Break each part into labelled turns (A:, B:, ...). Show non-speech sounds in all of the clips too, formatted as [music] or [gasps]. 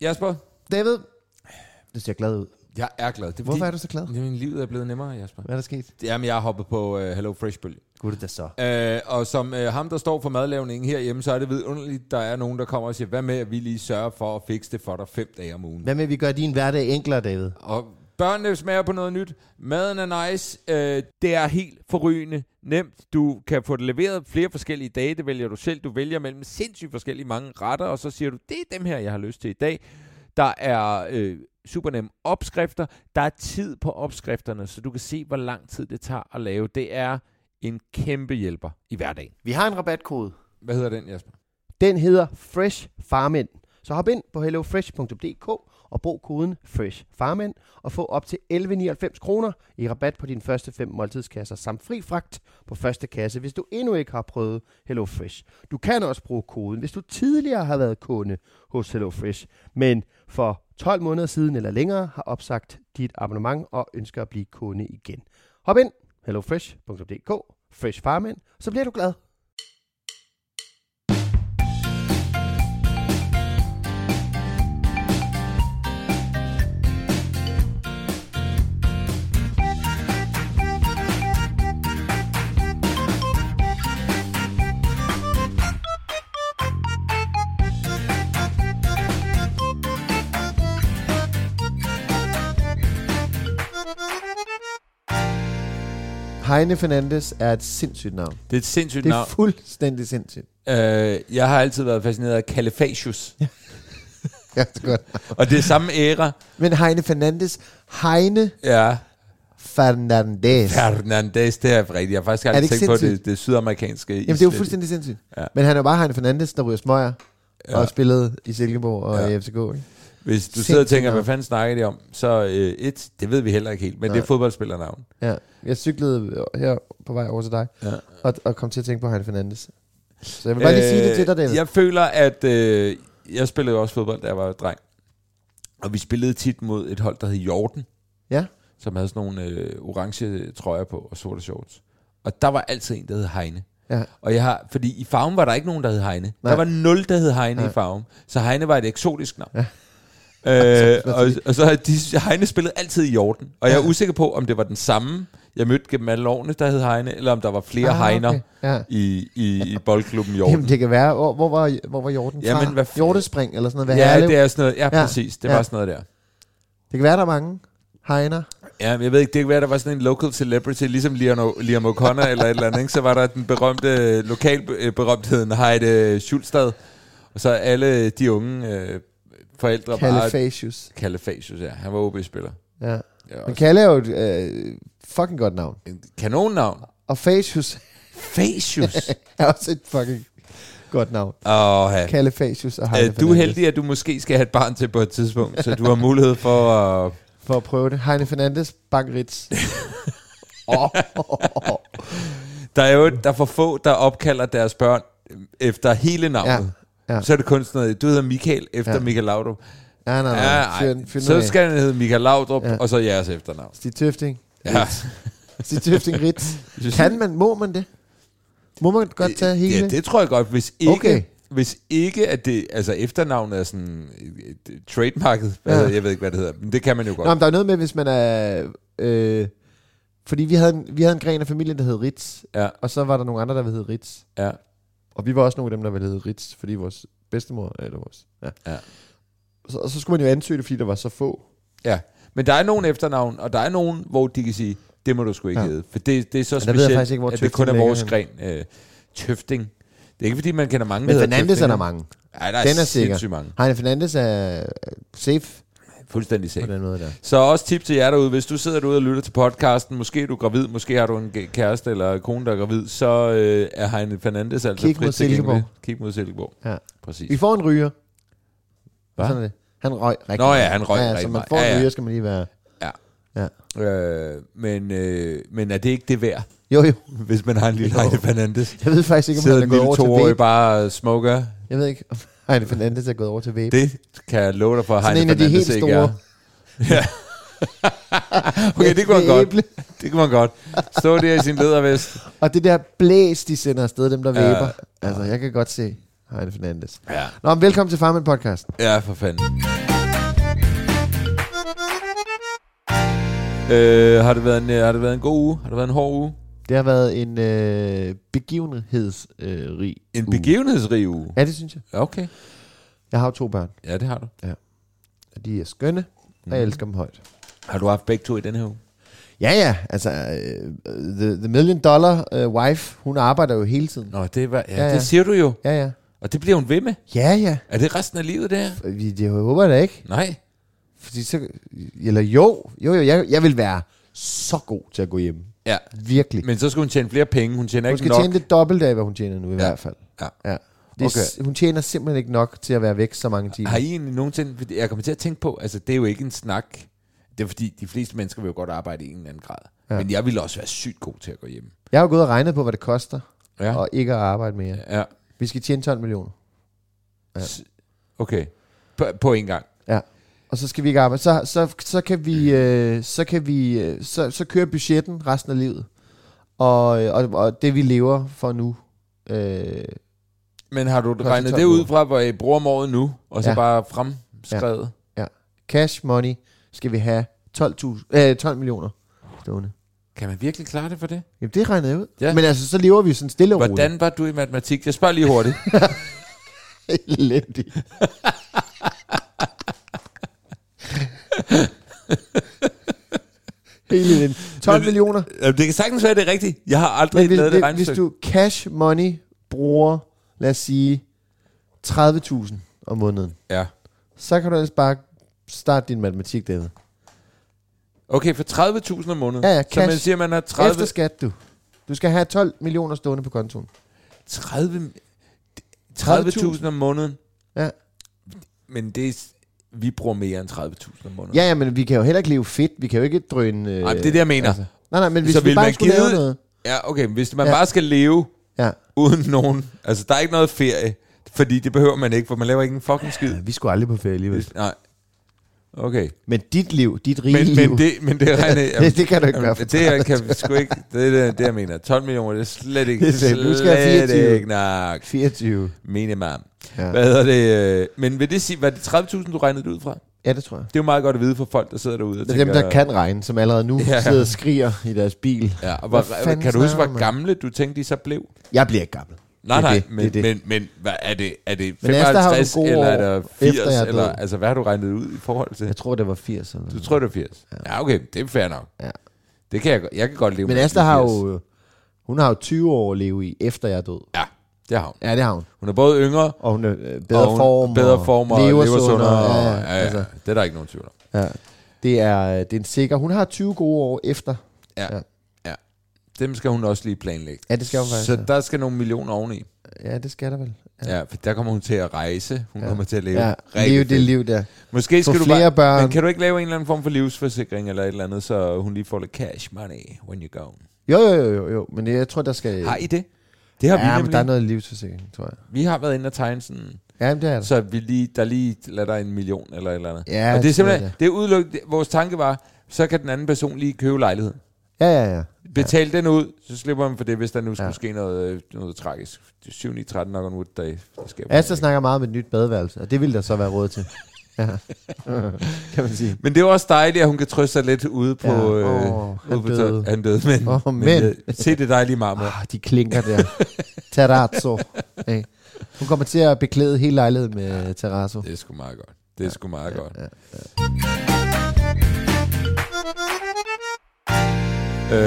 A: Jasper,
B: David, du ser glad ud.
A: jeg er glad. Det er
B: Hvorfor
A: fordi-
B: er du så glad?
A: Jamen, livet er blevet nemmere, Jasper.
B: Hvad er der sket?
A: Jamen, jeg har hoppet på uh, Hello Fresh bølge.
B: Gud det da så.
A: Øh, og som øh, ham, der står for madlavningen herhjemme, så er det vidunderligt, der er nogen, der kommer og siger, hvad med, at vi lige sørger for at fikse det for dig fem dage om ugen.
B: Hvad med, at vi gør din hverdag enklere, David?
A: Og børnene smager på noget nyt. Maden er nice. Øh, det er helt forrygende nemt. Du kan få det leveret flere forskellige dage. Det vælger du selv. Du vælger mellem sindssygt forskellige mange retter, og så siger du, det er dem her, jeg har lyst til i dag. Der er øh, super nemme opskrifter. Der er tid på opskrifterne, så du kan se, hvor lang tid det tager at lave. Det er en kæmpe hjælper i hverdagen.
B: Vi har en rabatkode.
A: Hvad hedder den, Jasper?
B: Den hedder Fresh Farmand. Så hop ind på hellofresh.dk og brug koden Fresh Farmand og få op til 11,99 kroner i rabat på dine første fem måltidskasser samt fri fragt på første kasse, hvis du endnu ikke har prøvet Hello Fresh. Du kan også bruge koden, hvis du tidligere har været kunde hos Hello Fresh, men for 12 måneder siden eller længere har opsagt dit abonnement og ønsker at blive kunde igen. Hop ind hellofresh.dk, Fresh Farmand, så bliver du glad. Heine Fernandes er et sindssygt navn.
A: Det er et sindssygt
B: Det er fuldstændig sindssygt.
A: Øh, jeg har altid været fascineret af Califatius.
B: Ja, det er godt.
A: og det er samme æra.
B: Men Heine Fernandes, Heine
A: Ja.
B: Fernandes.
A: Fernandez, det er rigtigt. Jeg har faktisk
B: Er det
A: aldrig
B: ikke
A: tænkt på det,
B: sindssygt?
A: det sydamerikanske.
B: Jamen, det er jo fuldstændig sindssygt.
A: Ja.
B: Ja. Men han er jo bare Heine Fernandes, der ryger smøger ja. og spillede i Silkeborg og
A: Ja.
B: ja. i FCK. Ikke?
A: Hvis du sidder og
B: sindssygt
A: tænker,
B: navn.
A: hvad fanden snakker de om, så øh, et, det ved vi heller ikke helt, men Nej. det er
B: Nej.
A: fodboldspillernavn.
B: Ja. Jeg cyklede her på vej over til dig
A: Ja.
B: og, og kom til at tænke på Heine Fernandes. Så jeg vil bare lige sige det til dig, David.
A: Øh, Jeg føler, at øh, jeg spillede jo også fodbold, da jeg var dreng. Og vi spillede tit mod et hold, der hed Jordan,
B: Ja.
A: som havde sådan nogle øh, orange trøjer på og sorte shorts. Og der var altid en, der hed Heine.
B: Ja.
A: Og jeg har, fordi i farven var der ikke nogen, der hed Heine. Nej.
B: Nej.
A: Der var nul, der hed Heine Nej. i
B: Nej.
A: farven. Så Heine var et eksotisk navn. Ja.
B: [laughs]
A: Øh, og, og så har de, Heine spillet altid i Jordan. Og jeg er usikker på, om det var den samme, jeg mødte gennem alle årene, der hed Heine, eller om der var flere ah,
B: Ah,
A: Heiner okay.
B: okay.
A: ja.
B: Ja.
A: i, i, i boldklubben Jordan.
B: Jamen, det kan være. Hvor, hvor, var, hvor var Jorden
A: Jamen,
B: fra?
A: hvad f-
B: Hjortespring eller sådan noget. Hvad
A: ja,
B: Herlev?
A: det er sådan noget. Ja, ja.
B: Ja,
A: præcis. Det ja.
B: ja.
A: var sådan noget der.
B: det kan være, der er mange Heiner.
A: Ja, men jeg ved ikke, det kan være, der var sådan en local celebrity, ligesom Liam, O- Liam O'Connor eller et eller andet, ikke? så var der den berømte lokalberømtheden Heide Schulstad, og så alle de unge øh, forældre bare...
B: Kalifasius.
A: Kalifasius, ja. Han var OB-spiller.
B: Ja.
A: Ja,
B: Men
A: også
B: Kalle er jo et øh, fucking godt navn.
A: en Kanonnavn.
B: Og Fasius
A: Fasius.
B: [laughs] er også et fucking godt navn.
A: Åh, ja.
B: Kalle Fasius og Heine
A: Øh, Du er heldig, at du måske skal have et barn til på et tidspunkt, så du har mulighed for at...
B: For at prøve det. Heine Fernandes, Bank Ritz. oh,
A: Der er jo der er for få, der opkalder deres børn øh, efter hele navnet. Ja,
B: Ja,
A: ja.
B: ja.
A: Så er det kun sådan noget, du hedder Michael efter ja.
B: Ja.
A: Michael Laudrup.
B: nej, nej, nej.
A: Ja,
B: Ja,
A: ej,
B: fyr, fyr
A: så skal den hedde Michael Laudrup, ja.
B: Ja.
A: og så jeres efternavn.
B: Stig Tøfting.
A: Ja.
B: Stig Tøfting
A: [laughs]
B: Ritz. Kan man, må man det? Må man godt tage hele?
A: Ja, det tror jeg godt. Hvis ikke, okay.
B: Okay.
A: hvis ikke at det, altså efternavnet er sådan et, et trademarket, hvad
B: Ja.
A: hedder, jeg ved ikke, hvad det hedder, men det kan man jo godt.
B: Nå, men der er noget med, hvis man er... Øh, fordi vi havde, en, vi havde en gren af familien, der hed Ritz.
A: Ja.
B: Og så var der nogle andre, der hed Ritz.
A: Ja.
C: Og vi var også nogle af dem, der valgte Ritz, fordi vores bedstemor, eller vores, ja.
A: Ja.
C: Så, og så skulle man jo ansøge det, fordi der var så få.
A: Ja, men der er nogen efternavn, og der er nogen, hvor de kan sige, det må du sgu ikke
C: Ja.
A: ja. hedde. For det, det er så
B: der ved jeg
A: specielt,
B: faktisk ikke, hvor
A: at det kun er
B: Tøfting
A: vores
B: ligger
A: gren. Øh, tøfting. Det er ikke, fordi man kender mange,
B: Men
A: der hedder
B: Fernandes er
A: Tøfting.
B: der mange.
A: Ja, der er,
B: Den er sikker.
A: sindssygt mange.
B: Heine Fernandes er er safe
A: Fuldstændig
B: på
A: sikkert.
B: den måde der.
A: Så også tip til jer derude, hvis du sidder derude og lytter til podcasten, måske er du gravid, måske har du en g- kæreste eller kone, der er gravid, så øh, er Heine Fernandes altså
B: Kig
A: frit
B: mod
A: tilgængelig.
B: Silkeborg.
A: Kig mod Silkeborg.
B: Ja.
A: Præcis.
B: Vi får en ryger.
A: Hva?
B: Sådan er det. Han røg rigtig
A: Nå ja,
B: meget.
A: han røg
B: ja,
A: rigtig
B: Så man
A: meget.
B: får
A: Ja,
B: en
A: ja.
B: ryger, skal man lige være...
A: Øh, men, øh, men er det ikke det værd, [laughs]
B: Jo, jo.
A: hvis man har en lille
B: Jo.
A: Heine Fernandes?
B: Jeg ved faktisk ikke, om
A: Sidder
B: han
A: en
B: er gået
A: lille
B: over til
A: toårig
B: vape.
A: bare og smoker.
B: Jeg ved ikke, om [laughs] Heine Fernandes er gået over til vape.
A: Det kan jeg love dig for,
B: Sådan
A: Heine
B: en af de
A: Fernandes
B: helt
A: ikke
B: store.
A: er. Ja. [laughs] okay, det kunne man
B: Med
A: godt.
B: æble.
A: Det kunne man godt. Stå der i sin ledervest.
B: Og det der blæs, de sender afsted, dem der
A: Ja.
B: væber. Altså, jeg kan godt se Heine Fernandes.
A: Ja.
B: Nå, men velkommen til Farmen Podcast.
A: Ja, for fanden. Øh, har, det været en, øh, har det været en god uge? Har det været en hård uge?
B: Det har været en øh, begivenhedsrig
A: En
B: uge.
A: begivenhedsrig uge?
B: Ja, det synes jeg.
A: Okay.
B: Jeg har jo to børn,
A: Ja, det har du.
B: og de er skønne, og
A: Mhm.
B: jeg elsker dem højt.
A: Har du haft begge to i den her uge?
B: Ja, ja, altså, øh, the, the Million Dollar øh, Wife, hun arbejder jo hele tiden.
A: Nå, det, var, ja,
B: Ja,
A: ja,
B: ja.
A: ja. det siger du jo.
B: Ja, ja.
A: Og det bliver hun ved med.
B: Ja, ja.
A: Er det resten af livet, det her?
B: Vi, det håber jeg da ikke.
A: Nej.
B: Fordi så, eller jo, jo, jo, jeg, jeg vil være så god til at gå hjem.
A: Ja.
B: Virkelig.
A: Men så skal hun tjene flere penge. Hun tjener
B: hun
A: ikke
B: skal
A: nok.
B: tjene det dobbelt af, hvad hun tjener nu i ja. hvert fald.
A: Ja.
B: ja. Det er, okay. Hun tjener simpelthen ikke nok til at være væk så mange timer.
A: Har I egentlig nogensinde... fordi Jeg kommer til at tænke på, altså det er jo ikke en snak. Det er fordi, de fleste mennesker vil jo godt arbejde i en eller anden grad. Ja. Men jeg ville også være sygt god til at gå hjem.
B: Jeg har jo gået og regnet på, hvad det koster
A: Ja.
B: og ikke at arbejde mere.
A: Ja.
B: Vi skal tjene 12 millioner.
A: Okay. På, på en gang.
B: Ja. Og så skal vi ikke arbejde. Så, så, så kan vi, øh, så, kan vi øh, så, så kører budgetten resten af livet. Og, øh, og, og det vi lever for nu. Øh,
A: Men har du
B: Koster
A: regnet
B: 12
A: det ud
B: millioner.
A: fra, hvor I bruger om året nu, og så
B: Ja.
A: ja. bare fremskrevet?
B: ja. Cash money skal vi have 12, øh, 12 millioner stående.
A: Ja. Kan man virkelig klare det for det?
B: Jamen det regnede jeg ud. Ja.
A: Ja.
B: Men altså, så lever vi jo sådan stille og roligt. [laughs]
A: Hvordan var du i matematik? Jeg spørger lige hurtigt. [laughs]
B: Elendig. Helt elendig. 12
A: Men-
B: millioner.
A: Jamen, det kan sagtens være, det er rigtigt. Jeg har aldrig
B: Men hvis,
A: lavet det
B: hvis, hvis
A: regnestykke.
B: du cash money bruger, lad os sige, 30.000 om måneden,
A: Ja.
B: så kan du ellers bare starte din matematik, David.
A: Okay, for 30.000 om måneden.
B: Ja, ja,
A: så man
B: cash.
A: siger, man har
B: 30.
A: 30...
B: Efter skat, du. Du skal have 12 millioner stående på kontoen.
A: 30,
B: 30.000
A: 30.000 om måneden.
B: Ja.
A: Men det er, s- vi bruger mere end 30.000 om måneden.
B: Ja, ja, men vi kan jo heller ikke leve fedt. Vi kan jo ikke drøne... Øh,
A: Nej, det er det, jeg mener. Altså,
B: Nej, nej, men hvis
A: Så
B: vi
A: vil
B: bare
A: man
B: skulle lave
A: givet-
B: noget...
A: ja, okay, men hvis man
B: Ja.
A: ja. bare skal leve
B: Ja.
A: uden nogen... Altså, der er ikke noget ferie, fordi det behøver man ikke, for man laver ikke en fucking skid.
B: Vi skulle aldrig på ferie alligevel.
A: Nej. Okay.
B: Men dit liv, dit rige
A: Men,
B: liv...
A: men, det, men det, regner,
B: [laughs] det, det kan du ikke gøre for
A: Det, jeg kan sgu ikke, det er det, det, jeg mener. 12 millioner, det er slet ikke,
B: Det er slet- nu skal jeg
A: slet
B: 24.
A: ikke nok.
B: 24.
A: Minimum.
B: Ja.
A: Ja. Hvad hedder det? øh, Men vil det sige, var det 30.000, du regnede det ud fra?
B: Ja, det tror jeg.
A: Det er jo meget godt at vide for folk, der sidder derude og
B: Det er
A: tænker...
B: dem, der kan regne, som allerede nu ja.
A: [laughs] Ja.
B: sidder og skriger i deres bil.
A: Ja, og
B: Hvad
A: hvor,
B: fanden
A: kan du huske,
B: snakker man?
A: hvor gamle du tænkte, de så blev?
B: Jeg bliver ikke gammel.
A: Nej,
B: Det er
A: nej,
B: det, det er
A: men,
B: det.
A: men, men hvad, er det, er det
B: Men Asta har jo
A: 55,
B: gode
A: eller
B: år
A: er det
B: efter,
A: 80?
B: jeg er
A: eller,
B: død.
A: altså, hvad har du regnet ud i forhold til?
B: Jeg tror, det var 80 eller
A: Du
B: noget.
A: tror, det er 80? Ja, ja okay, det er fair nok.
B: Ja.
A: Det kan jeg, godt- jeg kan godt leve
B: Men
A: med.
B: Asta har
A: 80.
B: jo... Hun har jo 20 år at leve i, efter jeg er død.
A: Ja, det har hun.
B: Ja, det har hun.
A: Hun er både yngre
B: Og hun er øh, bedre
A: og hun,
B: form.
A: bedre form og lever,
B: sundere,
A: sundere. Og,
B: Ja,
A: ja, ja,
B: Altså,
A: ja, det er der ikke nogen tvivl om.
B: ja. Det, er, øh, det er en sikker... Hun har 20 gode år efter.
A: Ja,
B: Ja.
A: ja. ja. Dem skal hun også lige planlægge.
B: Ja, det skal hun faktisk,
A: Så
B: ja.
A: der skal nogle millioner oveni.
B: Ja, det skal der vel.
A: Ja, for der kommer hun til at rejse. Hun ja. kommer til at leve.
B: Ja,
A: Ja.
B: leve det liv der.
A: Måske
B: Få
A: skal du
B: flere
A: bare,
B: børn.
A: Men kan du ikke lave en eller anden form for livsforsikring eller et eller andet, så hun lige får lidt cash money when you go?
B: Jo, jo, jo, jo, jo. Men jeg tror, der skal...
A: Har I det? Det har vi
B: Øh. ja, men
A: nemlig.
B: der er noget livsforsikring, tror jeg.
A: Vi har været inde og tegne sådan,
B: Ja, men det er der.
A: så vi lige, der lige lader dig en million eller et eller andet.
B: Ja,
A: og det er
B: sådan noget
A: simpelthen, det er udelukket. det- Vores tanke var, så kan den anden person lige købe lejlighed.
B: Ja, ja, ja.
A: Betal den ud, så slipper man for det, hvis der nu skulle
B: Ja.
A: ja. ske noget, øh, noget tragisk. 7. 13 nok on wood, der, der sker.
B: Asta snakker meget om et nyt badeværelse, og det vil der så være råd til.
A: [laughs]
B: Ja. kan man sige.
A: Men det er også dejligt, at hun kan trøste sig lidt ude på...
B: Ja,
A: øh,
B: åh, han
A: ude på
B: døde.
A: tø- Han døde, men,
B: Åh,
A: men
B: men.
A: øh, se det dejlige marmor.
B: Ah, de klinker
A: [laughs]
B: der. terrazzo. Hey. Hun kommer til at beklæde hele lejligheden med terrazzo.
A: Det er sgu meget godt. Det er sgu meget godt. Øh,
B: Hvordan
A: Øh,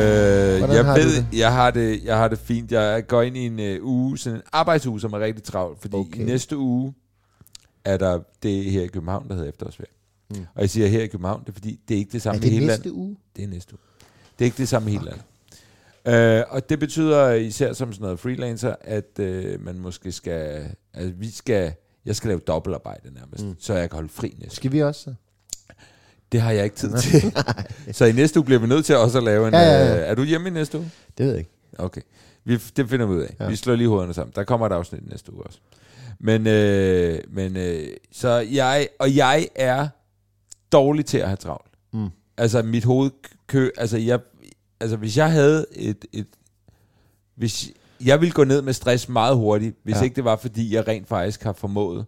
A: jeg
B: har du
A: ved,
B: det?
A: jeg har det, jeg har det fint. Jeg går ind i en øh, uge, sådan en arbejdsuge, som er rigtig travlt, fordi okay.
B: Okay.
A: i næste uge er der det her i København, der hedder efterårsferie. Mm. Og jeg siger her i København, det er fordi, det er ikke det samme
B: Er
A: i
B: det
A: hele
B: næste
A: landet.
B: uge?
A: Det er næste uge. Det er ikke det samme i hele landet. Øh, og det betyder især som sådan noget freelancer, at øh, man måske skal, altså vi skal, jeg skal lave dobbeltarbejde nærmest, mm. så jeg kan holde fri næste
B: Skal vi også? så?
A: det har jeg ikke [laughs] tid til. så i næste uge bliver vi nødt til også at lave en... Ja, ja, ja. Øh, er du hjemme i næste uge?
B: Det ved jeg ikke.
A: Okay. Vi, det finder vi ud af. Ja. Vi slår lige hovederne sammen. Der kommer et afsnit i næste uge også. Men, øh, men øh, så jeg... Og jeg er dårlig til at have travlt. Mm. Altså mit hovedkø... Altså, jeg, altså hvis jeg havde et... et hvis jeg ville gå ned med stress meget hurtigt, hvis ja. ikke det var, fordi jeg rent faktisk har formået,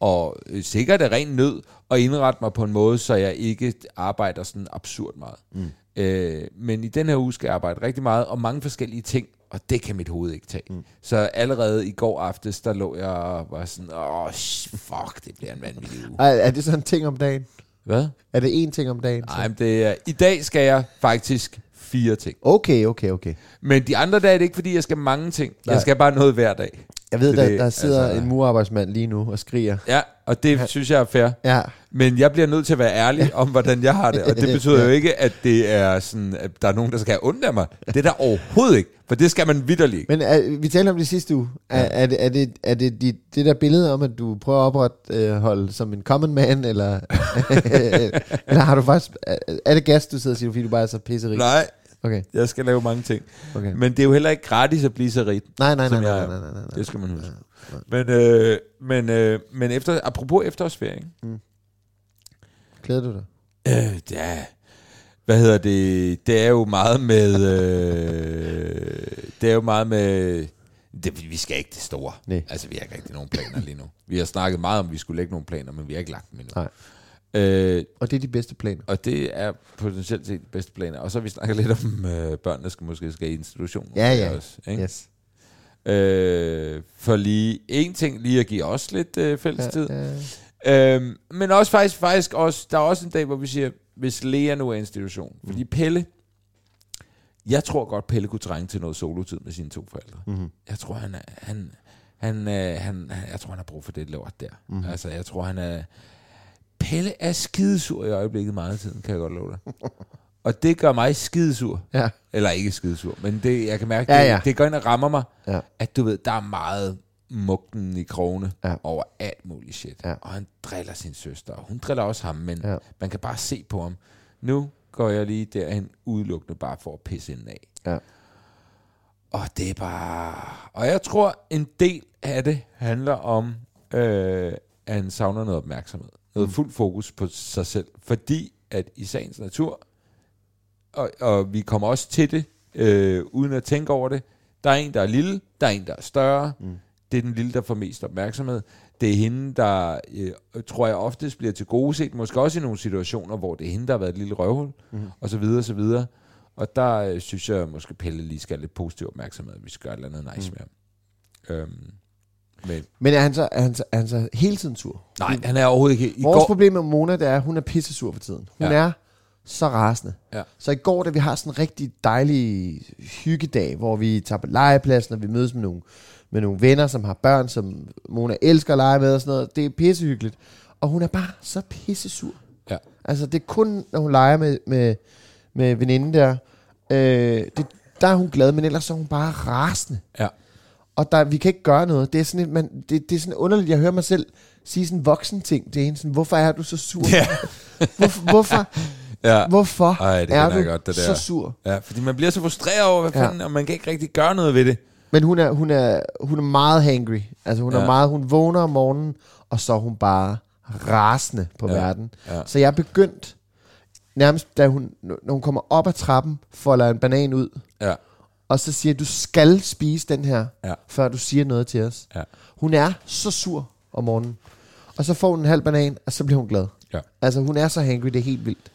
A: og øh, sikkert er ren nød, at indrette mig på en måde, så jeg ikke arbejder sådan absurd meget. Mm. Øh, men i den her uge skal jeg arbejde rigtig meget, og mange forskellige ting, og det kan mit hoved ikke tage. Mm. Så allerede i går aftes, der lå jeg og var sådan, åh, sh- fuck, det bliver en vanvittig uge.
B: Ej, er det sådan en ting om dagen?
A: Hvad?
B: Er det én ting om dagen? så?
A: Nej, men det er, i dag skal jeg faktisk fire ting.
B: Okay, okay, okay.
A: Men de andre dage er det ikke, fordi jeg skal mange ting. Nej. Jeg skal bare noget hver dag.
B: Jeg ved,
A: Det er
B: der,
A: det,
B: der sidder
A: altså-
B: altså, en murarbejdsmand lige nu og skriger.
A: Ja, og det synes jeg er fair.
B: Ja,
A: Men jeg bliver nødt til at være ærlig om, hvordan jeg har det. Og
B: [laughs]
A: det betyder jo ikke, at det er sådan, at der er nogen, der skal have ondt af mig. Det er der overhovedet ikke. For det skal man vidderligt ikke.
B: men er, vi talte om det sidste uge. Er, er det, er det, er det dit, det der billede om, at du prøver at opretholde øh, som en common man, eller,
A: [laughs]
B: eller har du faktisk... Er, er det gas, du sidder og siger, fordi du bare er så pisserig?
A: Nej,
B: Okay,
A: jeg skal lave mange ting.
B: okay.
A: Men det er jo heller ikke gratis at blive så rig.
B: Nej, nej, nej,
A: som
B: nej,
A: jeg er.
B: nej, nej, nej, nej.
A: Det skal man huske. Men, øh, men, øh, men efter, apropos efterårsferie, ikke?
B: Glæder du dig?
A: Øh, ja. Hvad hedder det? Det er jo meget med... Øh, det er jo meget med... Det, vi skal ikke det store.
B: Nej.
A: Altså, vi har ikke rigtig nogen planer lige nu. Vi har snakket meget om, at vi skulle lægge nogle planer, men vi har ikke lagt dem endnu.
B: Nej.
A: Øh,
B: Og det er de bedste planer.
A: og det er potentielt set de bedste planer. Og så har vi snakket lidt om øh, børn, der skal måske skal i institution.
B: Ja, ja.
A: Også, ikke?
B: Yes.
A: Øh, for lige en ting, lige at give os lidt øh, fælles tid.
B: Ja, ja.
A: Øhm, men også faktisk, faktisk også, der er også en dag, hvor vi siger, hvis Lea nu er institution. Mm. Fordi Pelle, jeg tror godt, Pelle kunne trænge til noget solotid med sine to forældre.
B: Mm-hmm.
A: Mm. Jeg tror, han er, han, han, øh, han, han- jeg tror, han har brug for det lort der. Mm.
B: Mm-hmm.
A: Altså, jeg tror, han er... Pelle er skidesur i øjeblikket meget af tiden, kan jeg godt love dig.
B: [laughs]
A: Og det gør mig skidesur.
B: Ja.
A: Eller ikke skidesur, men det, jeg kan mærke,
B: Ja,
A: det,
B: ja.
A: det går ind og rammer mig,
B: Ja.
A: at du ved, der er meget mugten i krogene ja.
B: Ja.
A: over alt muligt shit.
B: Ja.
A: Og han driller sin søster, og hun driller også ham, men ja.
B: Ja.
A: man kan bare se på ham. Nu går jeg lige derhen udelukkende bare for at pisse hende af.
B: Ja.
A: Og det er bare... Og jeg tror, en del af det handler om, øh, at han savner noget opmærksomhed.
B: Mm.
A: Noget fuld fokus på sig selv. Fordi at i sagens natur, og, og vi kommer også til det, øh, uden at tænke over det, der er en, der er lille, der er en, der er større. Mm. Det er den lille, der får mest opmærksomhed. Det er hende, der, øh, tror jeg, oftest bliver til gode set, måske også i nogle situationer, hvor det er hende, der har været et lille røvhul, mm. og så videre, og så videre. Og der øh, synes jeg måske, Pelle lige skal have lidt positiv opmærksomhed, at vi skal gøre et eller andet nice mm. med ham. Øhm, men,
B: Men er han, så, er, han så, er han så hele tiden sur?
A: nej, han er overhovedet ikke... I
B: Vores
A: går,
B: problem med Mona, det er, at hun er pissesur for tiden. Hun
A: Ja.
B: ja. er så rasende.
A: Ja.
B: Så i går, da vi har sådan en rigtig dejlig hyggedag, hvor vi tager på legepladsen, og vi mødes med nogle, med nogle venner, som har børn, som Mona elsker at lege med og sådan noget. Det er pissehyggeligt. Og hun er bare så pissesur.
A: ja,
B: Altså, det er kun, når hun leger med, med, med veninden der. Øh, det, der er hun glad, men ellers så er hun bare rasende.
A: ja,
B: Og der, vi kan ikke gøre noget. Det er sådan, et, man, det, det er sådan underligt. Jeg hører mig selv sige sådan en voksen ting. Det er en sådan, hvorfor er du så sur?
A: Ja.
B: Hvorfor, hvorfor,
A: [laughs] ja.
B: hvorfor
A: Ej, det
B: er
A: kender
B: du
A: jeg godt, det der.
B: så sur?
A: Ja, fordi man bliver så frustreret over, hvad
B: Ja.
A: fanden, og man kan ikke rigtig gøre noget ved det.
B: Men hun er, hun er, hun er meget hangry. Altså hun, ja.
A: Ja.
B: er meget, hun vågner om morgenen, og så er hun bare rasende på
A: Ja.
B: ja. verden.
A: Ja.
B: Ja. Så jeg er begyndt, nærmest da hun, når hun kommer op ad trappen, folder en banan ud,
A: Ja,
B: og så siger, du skal spise den her,
A: Ja.
B: ja. før du siger noget til os.
A: Ja.
B: Hun er så sur om morgenen. og så får hun en halv banan, og så bliver hun glad.
A: Ja.
B: Altså, hun er så hangry, det er helt vildt.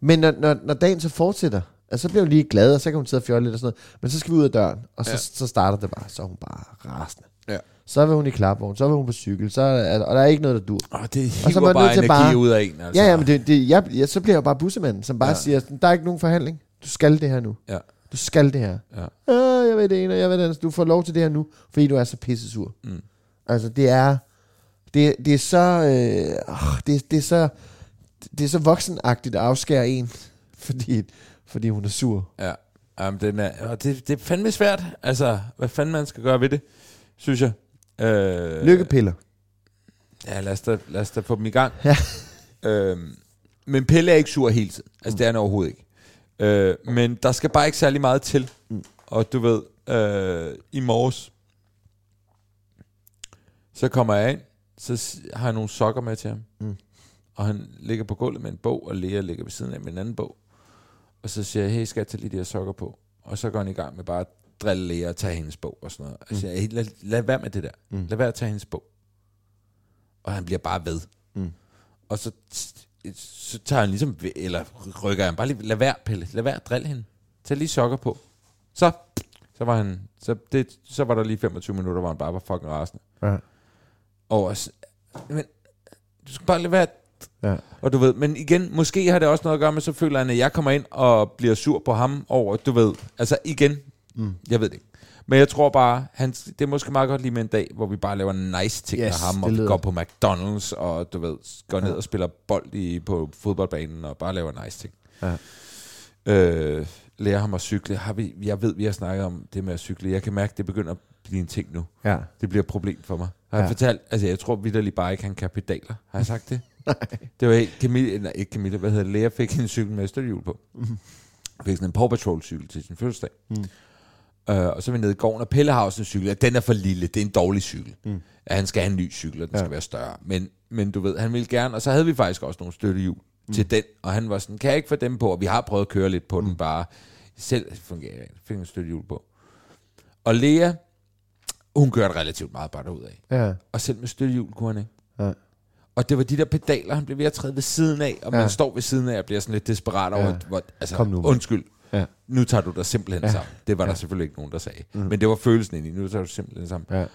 B: Men når, når, når dagen så fortsætter, altså, så bliver hun lige glad, og så kan hun sidde og fjolle lidt og sådan noget. Men så skal vi ud af døren, og så,
A: Ja.
B: ja. så starter det bare. Så er hun bare rasende.
A: Ja.
B: Så vil hun i klapvogn, så vil hun på cykel, så er, og der er ikke noget, der dur.
A: Og det
B: Og så
A: hiver og
B: var jeg
A: bare
B: nødt til
A: energi
B: bare-
A: ud af en. Altså.
B: Ja, ja, men det, det, jeg, jeg, så bliver jeg jo bare bussemanden, som bare ja. siger, sådan, der er ikke nogen forhandling. Du skal det her nu.
A: Ja.
B: Du skal det her.
A: Ja.
B: Øh, jeg ved det ene, og jeg ved det andet. Du får lov til det her nu, fordi du er så pissesur. Mm. Altså, det er... Det, det er så... Øh, åh, det, det er så... Det er så voksenagtigt at afskære en, [laughs] fordi, fordi hun er sur.
A: Ja, Jamen, den er, og det, det er fandme svært. Altså, hvad fanden man skal gøre ved det, synes jeg. Øh,
B: Lykkepiller.
A: Ja, lad os, da, lad os da få dem i gang. Ja. [laughs] Øhm, men Pelle er ikke sur hele tiden. Altså, mm. det er han overhovedet ikke. Øh, men der skal bare ikke særlig meget til. Mm. Og du ved, øh, i morges, så kommer jeg ind, så s- har jeg nogle sokker med til ham. Mm. Og han ligger på gulvet med en bog, og Lea ligger ved siden af med en anden bog. Og så siger jeg, hey, skal jeg tage lige de her sokker på? Og så går han i gang med bare at drille Lea og tage hendes bog og sådan noget. Altså, Og siger, hey, lad, lad være med det der. Mm. Lad være at tage hendes bog. Og han bliver bare ved. Mm. Og så, så tager han ligesom, ved- eller rykker han bare lige, lad være Pelle, lad være drill hende. Tag lige sokker på. Så, så var han, så, det, så var der lige 25 minutter, hvor han bare var fucking rasende.
B: Ja.
A: Og s- men, du skal bare lade være,
B: Ja.
A: og du ved, men igen, måske har det også noget at gøre med, så føler han, at jeg kommer ind og bliver sur på ham over, du ved, altså igen, mm. jeg ved det ikke. Men jeg tror bare, han, det er måske meget godt lige med en dag, hvor vi bare laver nice ting yes, med
B: Yes,
A: ham,
B: det
A: og vi
B: lyder-
A: går på McDonald's, og du ved, går ned og spiller bold i, på fodboldbanen, og bare laver nice ting. Ja. Øh, lærer ham at cykle. Har vi, jeg ved, vi har snakket om det med at cykle. Jeg kan mærke, det begynder at blive en ting nu.
B: Ja.
A: Det bliver et problem for mig. Har ja. jeg
B: Ja.
A: fortalt? Altså, jeg tror vidderligt bare ikke, han kan pedaler. Har jeg sagt det? [laughs] Nej. Det var helt Camille, nej, ikke Camille, hvad hedder det? Lea fik en cykel med støttehjul på. Fik sådan en Paw Patrol cykel til sin fødselsdag. Mm. Øh, og så er vi nede i gården, og Pelle har også en cykel, og den er for lille, det er en dårlig cykel. Mm. Ja, han skal have en ny cykel, og den ja. skal være større. Men, men du ved, han ville gerne, og så havde vi faktisk også nogle støttehjul mm. til den, og han var sådan, kan jeg ikke få dem på? Og vi har prøvet at køre lidt på mm. den bare. Selv fungerer det, fik en støttehjul på. Og Lea, hun kørte relativt meget bare derudad.
B: Ja.
A: Og selv med støttehjul kunne han ikke.
B: Ja.
A: Og det var de der pedaler, han blev ved at træde ved siden af, og ja. man står ved siden af og bliver sådan lidt desperat over, ja. hvor, altså,
B: Kom nu, mand.
A: undskyld,
B: Ja.
A: nu tager du dig simpelthen ja. sammen. Det var ja. der selvfølgelig ikke nogen, der sagde. Mm. Men det var følelsen ind i, nu tager du simpelthen sammen.
B: Ja.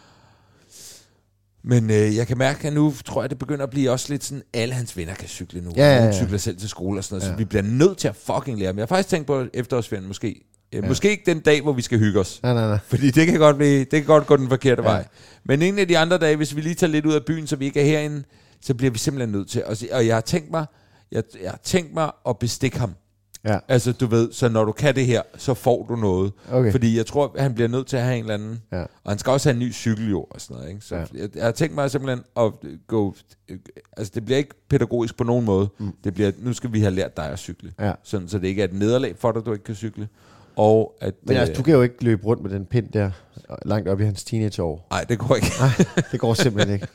A: Men øh, jeg kan mærke, at nu tror jeg, det begynder at blive også lidt sådan, alle hans venner kan cykle nu.
B: Ja, ja, ja.
A: Nogle cykler selv til skole og sådan noget, ja. så vi bliver nødt til at fucking lære dem. Jeg har faktisk tænkt på efterårsferien måske. Øh, ja. Måske ikke den dag, hvor vi skal hygge os.
B: Nej, nej, nej.
A: Fordi det kan godt, blive, det kan godt gå den forkerte ja. vej. Men en af de andre dage, hvis vi lige tager lidt ud af byen, så vi ikke er herinde, så bliver vi simpelthen nødt til. Og, og jeg har tænkt mig, jeg, jeg har tænkt mig at bestikke ham.
B: Ja.
A: Altså, du ved, så når du kan det her, så får du noget.
B: Okay.
A: Fordi jeg tror, at han bliver nødt til at have en eller anden.
B: Ja.
A: Og han skal også have en ny cykel jo, og sådan noget. Ikke? Så ja.
B: Ja.
A: jeg, jeg har tænkt mig simpelthen at gå... Altså, det bliver ikke pædagogisk på nogen måde. Mm. Det bliver, nu skal vi have lært dig at cykle.
B: Ja.
A: Sådan, så det ikke er et nederlag for dig, at du ikke kan cykle. Og at... øh,
B: Men altså, du kan jo ikke løbe rundt med den pind der, langt op i hans teenageår.
A: Nej, det går ikke.
B: Det går simpelthen ikke. [laughs]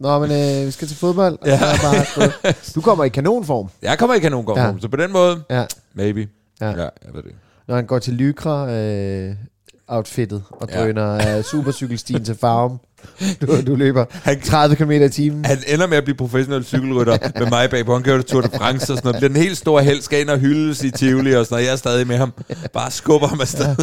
B: Nå, men øh, vi skal til fodbold. Og ja. så er jeg bare
A: [laughs]
B: gået. du kommer i kanonform.
A: Jeg kommer ikke have nogen godt ja.
B: Ja.
A: så på den måde,
B: Ja.
A: maybe. Ja,
B: Ja.
A: ja jeg ved det. ikke.
B: Når han går til Lycra øh, outfittet og
A: Ja.
B: drøner af supercykelstien til farven. Du, du løber 30 km i timen.
A: Han ender med at blive professionel cykelrytter med mig bagpå. Han kører til Tour de France og sådan noget. Bliver den helt store held, skal ind og hyldes i Tivoli og sådan noget. Jeg er stadig med ham. Bare skubber ham afsted.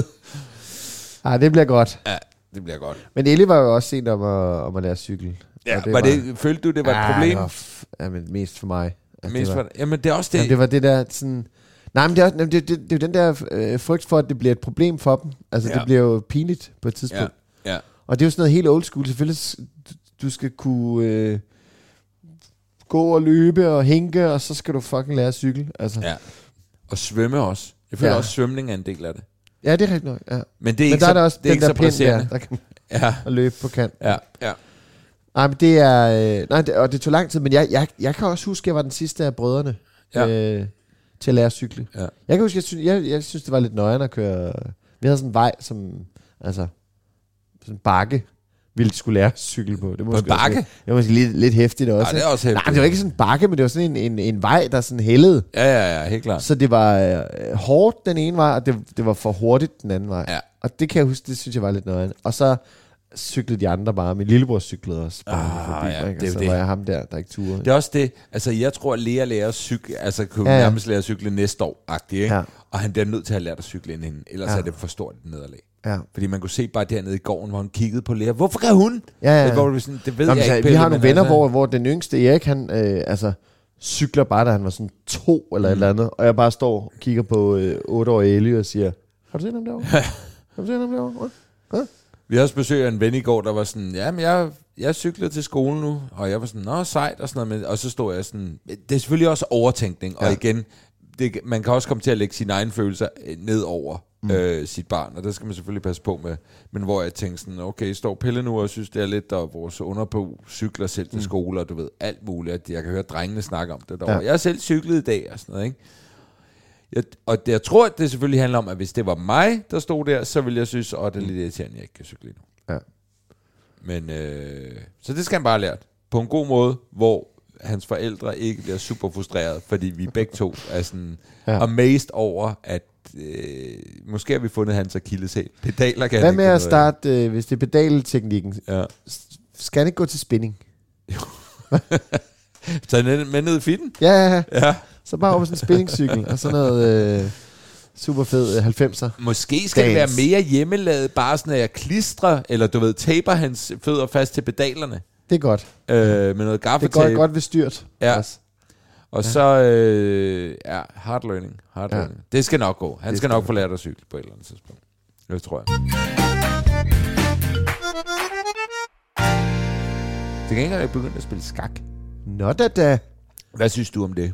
B: Ah, det bliver godt.
A: Ja, det bliver godt.
B: Men Ellie var jo også sent om at, om at lære at cykle.
A: Ja,
B: Og
A: det var det, følte du, det var et
B: Ah,
A: problem?
B: det var f- ja, men mest for mig. Altså,
A: Mest
B: det
A: for,
B: var,
A: jamen, det er også det.
B: jamen, det var det der sådan... Nej, men det er, også, jamen, det, det, det er jo den der øh, frygt for, at det bliver et problem for dem. Altså,
A: Ja.
B: det bliver jo pinligt på et tidspunkt.
A: ja, ja.
B: Og det er jo sådan noget helt old school. Selvfølgelig, s- du- du skal kunne øh, gå og løbe og hænke, og så skal du fucking lære at cykle. Altså, ja.
A: ja. Og svømme også. Jeg føler ja.
B: Ja.
A: også, svømning er en del af det.
B: ja, det er rigtigt nok. Ja.
A: Men det er
B: Men
A: ikke
B: der
A: så,
B: er der også
A: det er
B: den
A: ikke
B: der
A: så
B: pind der,
A: presserende.
B: der kan
A: Ja,
B: at løbe på kant.
A: ja, ja.
B: Nej, men det er... Øh, nej, det, og det tog lang tid, men jeg, jeg, jeg kan også huske, at jeg var den sidste af brødrene
A: Ja.
B: ja. øh, til at lære at cykle.
A: Ja.
B: Jeg kan huske, jeg synes, jeg, jeg synes, det var lidt nøjere at køre... Vi havde sådan en vej, som... Altså, sådan en bakke, vi skulle lære at cykle på. Det var
A: På en
B: måske også
A: bakke?
B: Lidt, det var måske lidt, lidt hæftigt også.
A: Nej, det er også
B: Nej,
A: hæftigt.
B: men det var ikke sådan en bakke, men det var sådan en, en, en vej, der sådan hældede.
A: Ja, ja, ja, helt klart.
B: Så det var øh, hårdt den ene vej, og det, det var for hurtigt den anden vej.
A: Ja.
B: Og det kan jeg huske, det synes jeg var lidt nøjende. Og så cyklede de andre bare. Min lillebror cyklede også bare ah, forbi
A: ja,
B: mig, ikke?
A: det er
B: og
A: jo
B: så
A: det.
B: var jeg ham der, der ikke turde.
A: Det er også det. Altså, jeg tror, at Lea lærer at cykle, altså kunne
B: Ja,
A: ja,
B: ja.
A: ja. nærmest lære at cykle næste år agtig, ikke?
B: Ja.
A: Ja. Og han bliver nødt til at have lært at cykle inden hende, ellers
B: Ja.
A: ja. er det for stort et nederlag.
B: Ja.
A: Fordi man kunne se bare dernede i gården, hvor hun kiggede på Lea. Hvorfor kan hun?
B: Ja, ja, ja.
A: Hvor det, sådan, det ved
B: Nå,
A: jeg
B: men,
A: ikke,
B: så, vi
A: Pelle,
B: har nogle
A: men
B: venner,
A: altså-
B: hvor, hvor den yngste Erik, han øh, altså, cykler bare, da han var sådan to eller mm. et eller andet, og jeg bare står og kigger på øh, otteårige Eli og siger, har du set
A: [laughs]
B: ham derovre? har du set ham derovre?
A: Vi har også besøg af en ven i går, der var sådan, jamen jeg, jeg cykler til skole nu, og jeg var sådan, nå sejt og sådan noget, men, og så stod jeg sådan, det er selvfølgelig også overtænkning, og igen, det, man kan også komme til at lægge sine egne følelser øh, ned over mm. øh, sit barn, og der skal man selvfølgelig passe på med, men hvor jeg tænkte sådan, okay, står Pelle nu og synes, det er lidt, og vores underbo cykler selv til skole, og du ved, alt muligt, at jeg kan høre drengene snakke om det derovre.
B: Ja.
A: Ja. Jeg har selv cyklet i dag og sådan noget, ikke? Jeg, og det, jeg tror, at det selvfølgelig handler om, at hvis det var mig, der stod der, så ville jeg synes, at det er lidt irriterende, at jeg ikke kan cykle endnu.
B: Mm. Ja.
A: Men, øh, så det skal han bare have lært. På en god måde, hvor hans forældre ikke bliver super frustreret, fordi vi begge to er sådan ja. amazed over, at øh, måske har vi fundet hans akilleshæl. Pedaler kan
B: Hvad
A: han ikke finde
B: med at
A: ud af.
B: starte, øh, hvis det er pedalteknikken,
A: Ja.
B: s- skal han ikke gå til spinning?
A: Tag den med ned i fitten.
B: Ja, ja, ja.
A: Ja.
B: Så bare over på sådan en spinningcykel og sådan noget øh, super fed øh, 90'er.
A: Måske skal det
B: Dans.
A: være mere hjemmelavet, bare sådan at jeg klistrer, eller du ved, taper hans fødder fast til pedalerne.
B: Det er godt.
A: Øh, med noget
B: Det er
A: gaffetape.
B: godt, godt ved styrt.
A: Ja.
B: Også.
A: Og ja. så, øh, ja, hard learning. Hard
B: Ja.
A: ja. learning. Det skal nok gå. Han
B: Det
A: det skal,
B: skal
A: nok få lært at cykle på et eller andet tidspunkt. Det tror jeg. Til gengæld er jeg begyndt at spille skak.
B: Nå da da.
A: Hvad synes du om det?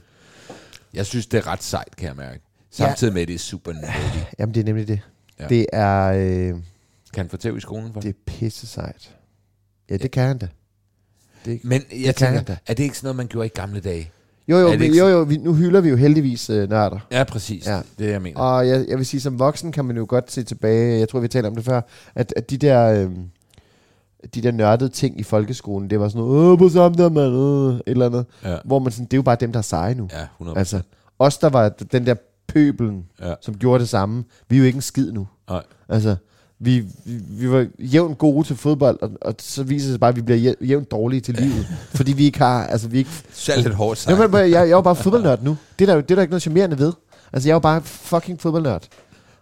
A: Jeg synes, det er ret sejt, kan jeg mærke. Samtidig med, at det er super nerdy.
B: Jamen, det er nemlig det. Ja.
A: Ja.
B: Det er øh,
A: Kan han fortælle i skolen for?
B: det
A: Det.
B: er pisse sejt. Ja, det kan han da. Det,
A: Men jeg
B: det kan han
A: tænker,
B: da.
A: er det ikke sådan noget, man gjorde i gamle dage?
B: Jo, jo,
A: Er det
B: vi,
A: ikke
B: jo, jo vi, nu hylder vi jo heldigvis øh, nørder.
A: Ja, præcis.
B: Ja.
A: Ja. Det er det, jeg mener.
B: Og jeg, jeg vil sige, som voksen kan man jo godt se tilbage, jeg tror, vi talte om det før, at, at de der... Øh, de der nørdede ting i folkeskolen, det var sådan noget, "Åh, på sammen der, mand, øh, et eller andet.
A: Ja.
B: Hvor man sådan, det er jo bare dem, der er seje nu.
A: Ja, 100%. Altså.
B: Altså, os der var den der pøbelen, ja.
A: Ja.
B: som gjorde det samme, vi er jo ikke en skid nu.
A: Nej.
B: Altså, vi, vi, vi var jævnt gode til fodbold, og, og så viser det sig bare, at vi bliver jæv- jævnt dårlige til livet. fordi vi ikke har, altså vi ikke...
A: [laughs] Så er det lidt hårdt sagt.
B: Jeg, jeg, jeg, jeg er jo bare fodboldnørd nu. Det er der, jo- det er der ikke noget charmerende ved. Altså, jeg er jo bare fucking fodboldnørd.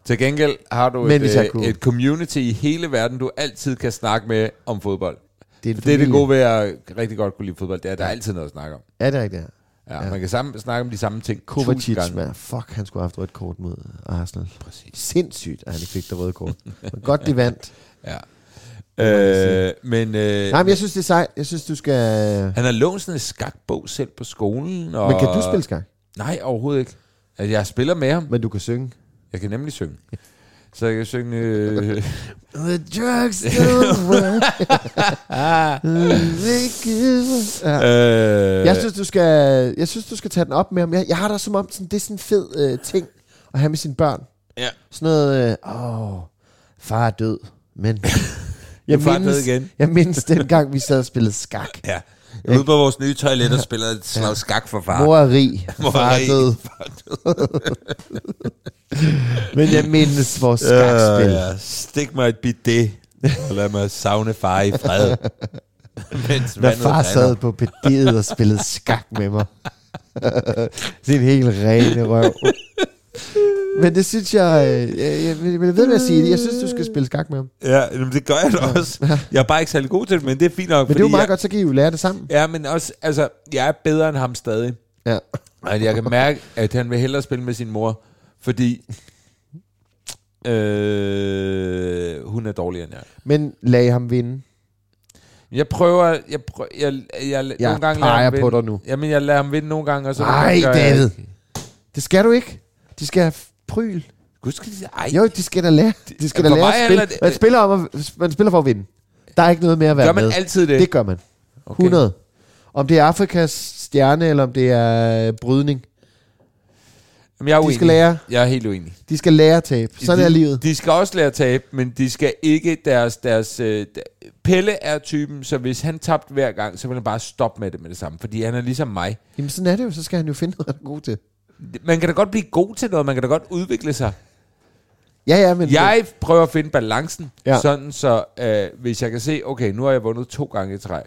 A: Til gengæld har du
B: Men
A: et,
B: hvis jeg
A: øh,
B: kunne.
A: et community i hele verden, du altid kan snakke med om fodbold.
B: Det er, en
A: For det er det
B: familie.
A: gode ved, at jeg rigtig godt kunne lide fodbold. Det er, at der er altid noget at snakke om.
B: Ja, det er rigtigt. ja.
A: Ja, ja. Man kan sammen, snakke om de samme ting. tusind
B: Kovacic,
A: gange.
B: man. Fuck, han skulle have haft rødt kort mod Arsenal. Præcis. Sindssygt, at han ikke fik det røde
A: [laughs]
B: kort. Men godt, de vandt.
A: Ja. Øh, men, øh,
B: Nej, men jeg synes, det er sejt. Jeg synes, du skal...
A: han har lånt sådan en skakbog selv på skolen. Og...
B: Men kan du spille skak?
A: Nej, overhovedet ikke. Altså, jeg spiller med ham.
B: Men du kan synge.
A: Jeg kan nemlig synge. Så jeg kan synge...
B: [laughs]
A: Øh,
B: The drugs don't work. They give- ja.
A: øh,
B: Jeg synes, du skal, jeg synes, du skal tage den op med ham. Jeg, jeg har det som om, sådan, det er sådan en fed øh, ting at have med sine børn.
A: Ja.
B: Sådan noget, øh, åh, far er død,
A: [laughs]
B: men...
A: Nu er far død igen.
B: jeg mindes dengang, vi sad og spillede skak.
A: Ja. Jeg er ude på vores nye toilet og spiller et slag skak for far.
B: Mor er rig,
A: Mor er
B: far er
A: rig,
B: død. men jeg mindes vores skakspil.
A: Øh, Ja, ja. Stik mig et bit det, og lad mig savne far i
B: [laughs]
A: fred. Mens
B: Når
A: vandet
B: far sad
A: rinder.
B: på pediet og spillede skak med
A: [laughs]
B: mig. Sin helt rene røv. Men det synes jeg... øh, Jeg, jeg, jeg, jeg ved med at sige det. Jeg synes, du skal spille skak med ham. Men
A: Ja, jamen, det gør jeg da også. Jeg er bare ikke særlig god til det, men det er fint nok.
B: det er jo
A: fordi
B: meget
A: jeg,
B: godt, så kan I jo lære det sammen.
A: Ja, men også, altså, jeg er bedre end ham stadig.
B: Ja.
A: Og jeg kan mærke, at han vil hellere spille med sin mor, fordi øh, hun er dårligere end jeg.
B: Men lag ham vinde.
A: Jeg prøver, jeg, prøver, jeg, jeg, jeg,
B: Jeg
A: nogle gange
B: peger
A: lader ham
B: på
A: vinde.
B: dig nu.
A: Jamen, jeg lader ham vinde nogle gange, og så...
B: Nej,
A: nogle gange gør jeg
B: David.
A: ikke.
B: Det skal du ikke. De skal have f- pryl.
A: Gud skal de sige, ej,
B: Jo, de skal da lære. De skal da
A: For
B: lære
A: mig
B: at spille.
A: handler det-
B: Man spiller, om at, man spiller for at vinde. Der er ikke noget med at være
A: gør man
B: med.
A: altid det?
B: Det gør man. 100. Om det er Afrikas stjerne, eller om det er brydning.
A: Jamen, jeg er
B: De
A: uenig.
B: skal lære.
A: Jeg er helt uenig.
B: De skal lære at tabe. Sådan
A: de,
B: er livet.
A: De skal også lære at tabe, men de skal ikke deres... deres øh, d- Pelle er typen, så hvis han tabte hver gang, så vil han bare stoppe med det med det samme, fordi han er ligesom mig.
B: Jamen sådan er det jo, så skal han jo finde noget, han er god til.
A: Man kan da godt blive god til noget, man kan da godt udvikle sig.
B: Ja, ja, men...
A: Jeg prøver at finde balancen,
B: Ja.
A: ja. sådan så øh, hvis jeg kan se, okay, nu har jeg vundet to gange i træk.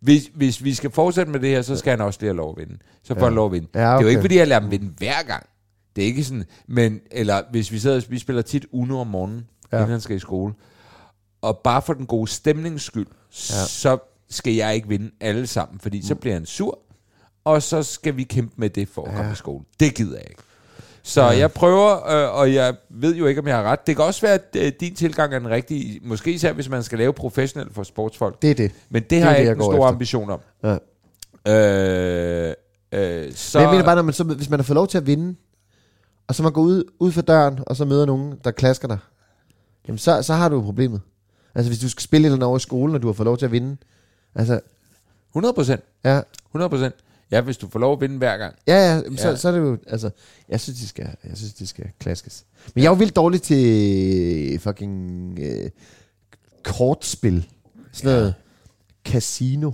A: Hvis, hvis vi skal fortsætte med det her, så skal han også lige have lov at vinde. Så får ja. han lov at vinde.
B: Ja,
A: Det er jo
B: okay.
A: ikke, fordi jeg lader ham vinde hver gang. Det er ikke sådan, men, eller hvis vi sidder, vi spiller tit Uno om morgenen, ja. inden han skal i skole. Og bare for den gode stemnings skyld, ja. Mm. så skal jeg ikke vinde alle sammen, fordi så bliver han sur, og så skal vi kæmpe med det for at ja. komme i skole. Det gider jeg ikke. Så ja. jeg prøver, øh, og jeg ved jo ikke, om jeg har ret. Det kan også være, at øh, din tilgang er den rigtige, måske især hvis man skal lave professionelt for sportsfolk.
B: Det er det.
A: Men det, det har
B: er
A: jeg
B: det,
A: ikke
B: jeg
A: en
B: går
A: stor
B: efter.
A: ambition om.
B: Ja.
A: Øh, øh, så,
B: Men jeg mener bare, når man så, hvis man har fået lov til at vinde, og så man går ud, ud for døren, og så møder nogen, der klasker dig, jamen så, så har du jo problemet. Altså hvis du skal spille et eller andet over i skolen, og du har fået lov til at vinde. Altså,
A: 100 procent.
B: ja,
A: 100 procent. Ja, hvis du får lov at vinde hver gang.
B: ja, ja, jamen, Så,
A: Ja.
B: så er det jo, altså, jeg synes, de skal, jeg synes, de skal klaskes. Men jeg er jo vildt dårlig til fucking øh, kortspil. Sådan noget casino.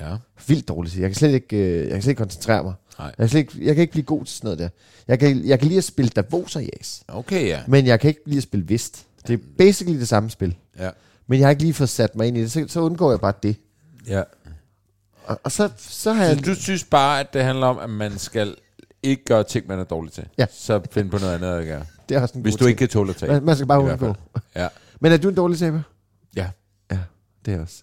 A: Ja.
B: vildt dårlig til. Jeg kan slet ikke, øh, jeg kan slet ikke koncentrere mig.
A: Nej.
B: Jeg, kan slet ikke, jeg kan ikke blive god til sådan noget der. Jeg kan, jeg kan lide at spille Davos og Jas,
A: Okay, ja.
B: men jeg kan ikke lide at spille Vist. Det er basically det samme spil.
A: Ja.
B: Men jeg har ikke lige fået sat mig ind i det, så, så undgår jeg bare det.
A: ja.
B: Og, og så, så har jeg...
A: Så du synes bare, at det handler om, at man skal ikke gøre ting, man er dårlig til.
B: Ja.
A: Så find på noget andet at gøre.
B: Det er også en
A: Hvis
B: god
A: du
B: ting.
A: ikke kan tåle at tage.
B: Man, man skal bare
A: I hvert
B: undgå.
A: fald. Ja.
B: [laughs] Men er du en dårlig taber?
A: Ja.
B: Ja, det er også.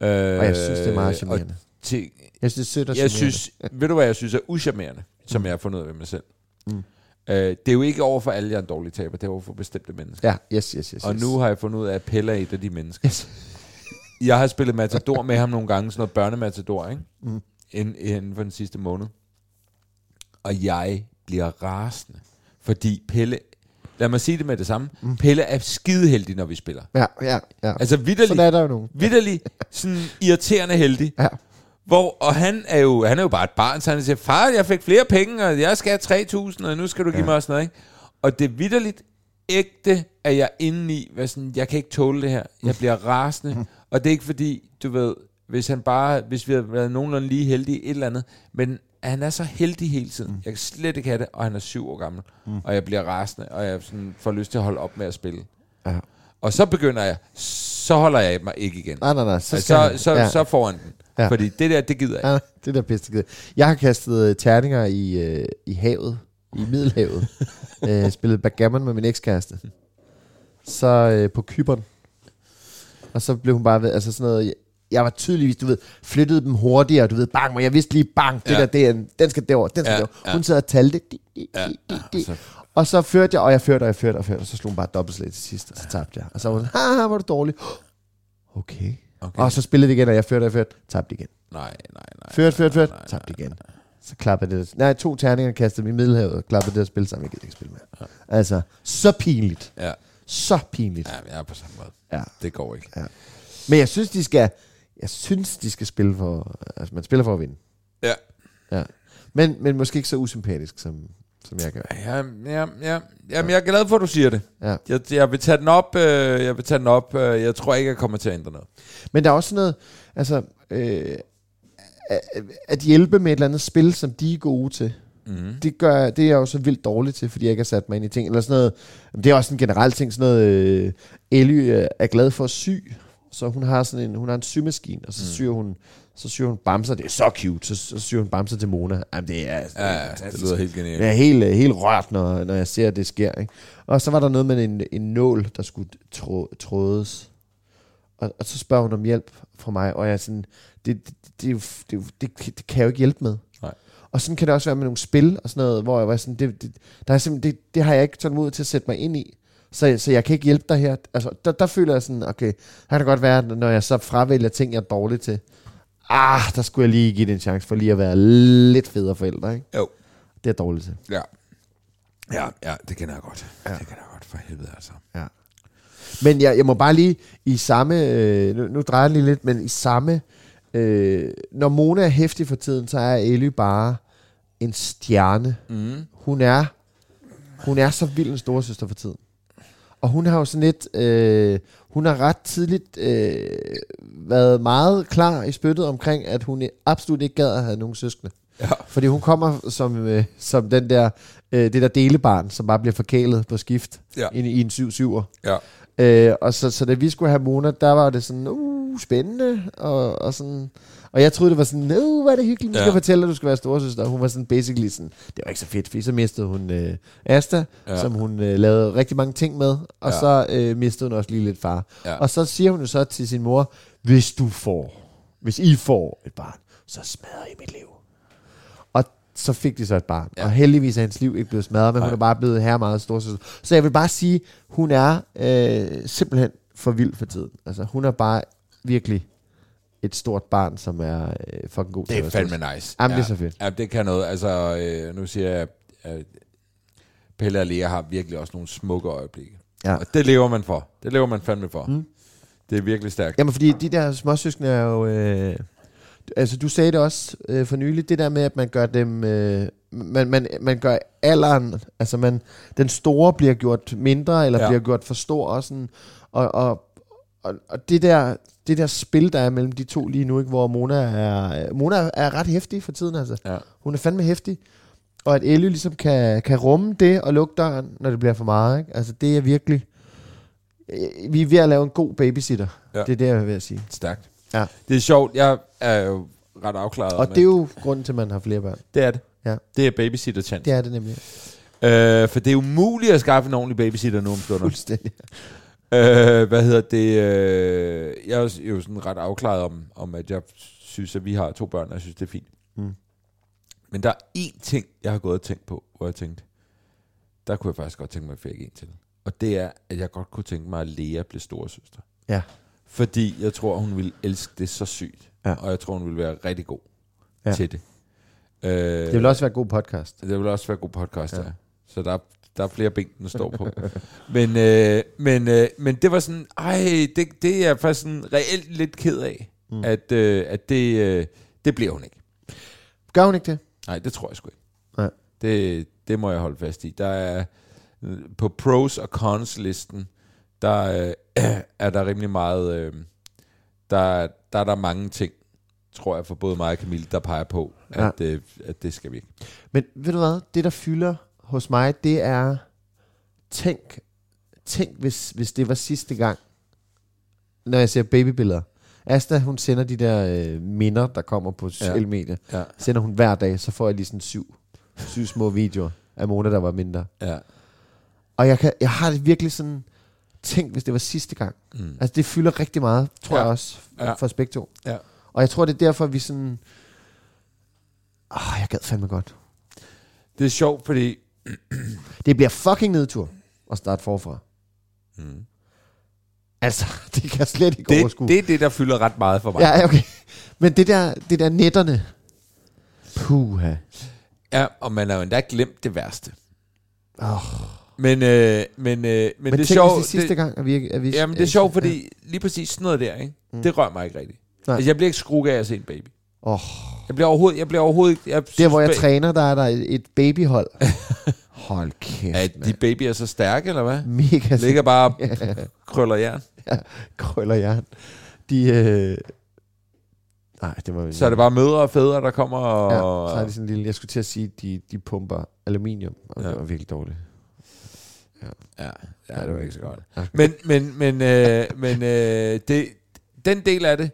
A: Øh,
B: Og jeg synes, det er meget
A: og
B: charmerende.
A: til,
B: Jeg synes, det er sødt og
A: jeg
B: charmerende.
A: synes, ved du hvad jeg synes er uschammerende, som jeg har fundet ud af ved mig selv? Mm. Øh, det er jo ikke over for alle, jeg er en dårlig taber, det er over for bestemte mennesker.
B: Ja, yes, yes, yes.
A: Og
B: yes.
A: nu har jeg fundet ud af, at Pelle er et af de mennesker. Yes. [laughs] Jeg har spillet Matador med ham nogle gange, sådan noget børnematador, ikke? Mm. Ind, inden for den sidste måned. Og jeg bliver rasende, fordi Pelle... Lad mig sige det med det samme. Mm. Pelle er skideheldig, når vi spiller.
B: Ja, ja, ja.
A: Altså vidderlig,
B: Sådan er der jo nogen.
A: vidderlig sådan irriterende heldig.
B: Ja.
A: Hvor, og han er, jo, han er jo bare et barn, så han siger, far, jeg fik flere penge, og jeg skal have 3.000, og nu skal du give ja. mig også noget. Ikke? Og det er vidderligt ægte, at jeg indeni var sådan, jeg kan ikke tåle det her. Jeg bliver rasende.
B: [laughs]
A: og det er ikke fordi, du ved, hvis han bare, hvis vi havde været nogenlunde lige heldige i et eller andet, men han er så heldig hele tiden.
B: Mm.
A: Jeg kan slet ikke have det, og han er syv år gammel. Og jeg bliver rasende, og jeg sådan får lyst til at holde op med at spille.
B: Ja.
A: Og så begynder jeg, så holder jeg mig ikke igen.
B: Nej, nej, nej. Så,
A: Så, Altså,
B: skal
A: så,
B: han-
A: så, ja. så får han den.
B: Ja.
A: Ja. Fordi det der, det gider jeg
B: Ja, det der pisse gider. Jeg har kastet øh, terninger i, øh, i havet, i
A: [laughs]
B: Middelhavet. øh, spillet backgammon med min ekskæreste. Så øh, på Kyberen. Og så blev hun bare ved, altså sådan noget, jeg, jeg var tydeligvis, du ved, flyttede dem hurtigere, du ved, bang, og jeg vidste lige, bang, det
A: Ja.
B: der, det er, en- den skal derover, den skal ja,
A: Ja,
B: derover.
A: ja.
B: Hun sad og talte, di, di,
A: Ja, altså.
B: di,
A: ja,
B: di, di.
A: så-
B: og så førte jeg, og jeg førte, og jeg førte, og jeg førte, og så slog hun bare dobbeltslag til sidst, og så tabte jeg. Og så var hun, haha, hvor er du dårlig. [gasps] Okay.
A: Okay.
B: Og så spillede vi igen, og jeg førte, og jeg førte, tabte igen.
A: Nej, nej, nej.
B: Ført, ført, ført. Tabt igen. Så klappede det. Nej, to terninger kastede dem i Middelhavet og klappede det og spille sammen. Jeg gider ikke spille mere. Altså, så pinligt.
A: Ja,
B: Så pinligt.
A: ja, jeg er på samme måde.
B: Ja.
A: Det går ikke.
B: Ja. Men jeg synes, de skal... Jeg synes, de skal spille for... Altså, man spiller for at vinde.
A: Ja,
B: Ja. Men, men måske ikke så usympatisk, som, som jeg gør.
A: ja, ja. ja. Jamen, jeg er glad for, at du siger det.
B: Ja.
A: Jeg, jeg vil tage den op. Øh, jeg vil tage den op. Øh, jeg tror ikke, jeg kommer til at ændre noget.
B: Men der er også sådan noget... Altså, øh, at- at hjælpe med et eller andet spil, som de er gode til.
A: Mhm.
B: Mm. Det, gør, det er jeg jo så vildt dårlig til, fordi jeg ikke har sat mig ind i ting. Eller sådan noget, Jamen, det er også en generel ting, sådan noget, øh, Elly øh, er glad for at sy, så hun har sådan en, hun har en symaskine, og så
A: Mhm.
B: mm. syr hun, så syr hun bamser, det er så cute, så, så syr hun bamser til Mona. Jamen, det er,
A: Ja, ja, det lyder helt genialt.
B: jeg er helt, øh, helt rørt, når, når jeg ser, at det sker. Ikke? Og så var der noget med en, en nål, der skulle trå, trådes. Og, og så spørger hun om hjælp fra mig, og jeg er sådan, det, det, det, er jo- det, er jo- det, det kan jeg jo ikke hjælpe med.
A: Nej.
B: Og sådan kan det også være med nogle spil og sådan noget, hvor jeg var sådan, det, det, der er simpelthen, det, det har jeg ikke tålmodighed til at sætte mig ind i. Så, så jeg kan ikke hjælpe dig her. Altså, der, der føler jeg sådan, okay, der kan det godt være, når jeg så fravælger ting, jeg er dårlig til. Ah, der skulle jeg lige give det en chance for lige at være lidt federe forældre, ikke?
A: Jo.
B: Det er jeg dårlig til.
A: Ja. Ja, ja, det kender jeg godt. Ja. Det kender jeg godt for helvede, altså.
B: Ja. Men jeg, jeg må bare lige i samme, øh, nu, nu drejer jeg lige lidt, men i samme, øh, når Mona er hæftig for tiden, så er Elly bare en stjerne. Mm. Hun er hun er så vild en storesøster for tiden. Og hun har jo sådan lidt, øh, hun har ret tidligt øh, været meget klar i spyttet omkring, at hun absolut ikke gad at have nogen søskende. Ja. Fordi hun kommer som, øh, som den der, øh, det der delebarn, som bare bliver forkælet på skift
A: Ja.
B: ja. i, i en 7-7'er.
A: Ja.
B: Øh, og så, så da vi skulle have Mona, der var det sådan, uh, spændende, og, og sådan... Og jeg troede, det var sådan, nu var det hyggeligt, vi
A: Ja.
B: skal fortælle, at du skal være storesøster. Og Hun var sådan basically sådan, det var ikke så fedt, fordi så mistede hun øh, Asta,
A: Ja.
B: ja. som hun øh, lavede rigtig mange ting med, og
A: Ja.
B: ja. så øh, mistede hun også lige lidt far.
A: Ja.
B: Ja. Og så siger hun jo så til sin mor, hvis du får, hvis I får et barn, så smadrer I mit liv. Og så fik de så et barn. Ja. Og heldigvis er hendes liv ikke blevet smadret, men hun er bare blevet her meget stor. Så jeg vil bare sige, hun er øh, simpelthen for vild for tiden. Altså, hun er bare virkelig et stort barn, som er øh, fucking god
A: Det
B: til
A: er
B: at være
A: fandme nice.
B: Jamen, det er så fedt.
A: Ja, det kan noget. Altså, øh, nu siger jeg, øh, Pelle og Lea har virkelig også nogle smukke øjeblikke.
B: Ja.
A: Og det lever man for. Det lever man fandme for. Mm. Det er virkelig stærkt.
B: Jamen, fordi de der småsøskende er jo... Øh, altså, du sagde det også øh, for nylig, det der med, at man gør dem... Øh, man, man, man gør alderen... Altså, man, den store bliver gjort mindre, eller
A: Ja.
B: ja. bliver gjort for stor, og sådan... Og, og, og, og det der... Det der spil, der er mellem de to lige nu, ikke, hvor Mona er... Mona er ret hæftig for tiden, altså.
A: Ja.
B: Hun er fandme hæftig. Og at Elly ligesom kan, kan rumme det og lukke døren, når det bliver for meget. Ikke? Altså det er virkelig... Øh, Vi er ved at lave en god babysitter.
A: Ja.
B: Ja. Det er det, jeg er ved at sige.
A: Stærkt.
B: Ja.
A: Det er sjovt. Jeg er jo ret afklaret.
B: Og
A: men-
B: det er jo grunden til, at man har flere børn.
A: Det er det.
B: Ja.
A: Det er babysitter chance.
B: Det er det nemlig.
A: Øh, for det er umuligt at skaffe en ordentlig babysitter nu om stunder.
B: Fuldstændig.
A: Øh, hvad hedder det? Øh, jeg er jo- jo sådan ret afklaret om, om, at jeg synes, at vi har to børn, og jeg synes, det er fint.
B: Mm.
A: Men der er én ting, jeg har gået og tænkt på, hvor jeg tænkte, der kunne jeg faktisk godt tænke mig, at jeg fik en til. Og det er, at jeg godt kunne tænke mig, at Lea blev storesøster.
B: Ja.
A: Fordi jeg tror, hun ville elske det så sygt.
B: Ja.
A: Og jeg tror, hun ville være rigtig god ja.
B: Ja.
A: til det. Øh, det
B: Det vil også være en god podcast.
A: det vil også være god podcast, ja.
B: Ja.
A: der. Så der, er- der er flere ben, den står [laughs] på. men, øh, men, øh, men det var sådan, ej, det, det er jeg faktisk sådan reelt lidt ked af, mm. at, øh, at det, øh, det bliver hun ikke.
B: Gør hun ikke det?
A: Nej, det tror jeg sgu ikke.
B: Nej.
A: Det, det må jeg holde fast i. Der er øh, på pros og cons listen, der øh, [clears throat] er der rimelig meget, øh, der, der er der mange ting, tror jeg, for både mig og Camille, der peger på,
B: Ja.
A: at, øh, at det skal vi ikke.
B: Men ved du hvad? Det, der fylder hos mig, det er... Tænk, tænk hvis, hvis det var sidste gang, når jeg ser babybilleder. Asta, hun sender de der øh, minder, der kommer på sociale medier.
A: Ja.
B: Sender hun hver dag, så får jeg lige sådan syv, syv små videoer af Mona, der var mindre.
A: Ja.
B: Og jeg, kan, jeg har det virkelig sådan... Tænk, hvis det var sidste gang.
A: Mm.
B: Altså, det fylder rigtig meget, tror
A: Ja.
B: ja. jeg også,
A: Ja.
B: ja. for os begge to.
A: Ja.
B: Og jeg tror, det er derfor, vi sådan... Ah, jeg gad fandme godt.
A: Det er sjovt, fordi
B: Det bliver fucking nedtur at starte forfra.
A: Mm.
B: Altså, [laughs] det kan jeg slet ikke
A: det,
B: overskue.
A: det er det, der fylder ret meget for mig.
B: ja, okay. Men det der, det der netterne... Puha.
A: ja og man har jo endda glemt det værste.
B: Oh,
A: Men, øh, men, øh, men, det
B: men,
A: er
B: tænk, sjov,
A: sjovt.
B: hvis det sidste
A: det,
B: gang, at vi... ikke- At vi
A: jamen, det er sjovt, fordi lige præcis sådan noget der, ikke? Mm. det rører mig ikke rigtigt.
B: Nej.
A: Altså, jeg bliver ikke skruet af at se en baby.
B: Åh.
A: Jeg bliver overhovedet, jeg bliver overhovedet ikke... Jeg
B: Der,
A: synes,
B: hvor jeg
A: ba-
B: træner, der er der et et
A: [laughs]
B: babyhold. Hold kæft,
A: Er
B: ja,
A: de babyer så stærke, eller hvad?
B: Mega
A: Ligger bare
B: [laughs]
A: og krøller jern.
B: krøller jern. De, øh... Nej, det var
A: Så er det bare mødre og fædre, der kommer og...
B: Ja, så er det sådan en lille... Jeg skulle til at sige, de, de pumper aluminium, og
A: Ja.
B: ja. det var virkelig dårligt.
A: Ja, ja, det var ikke så godt. Men, men, men, øh, men øh, det, den del af det,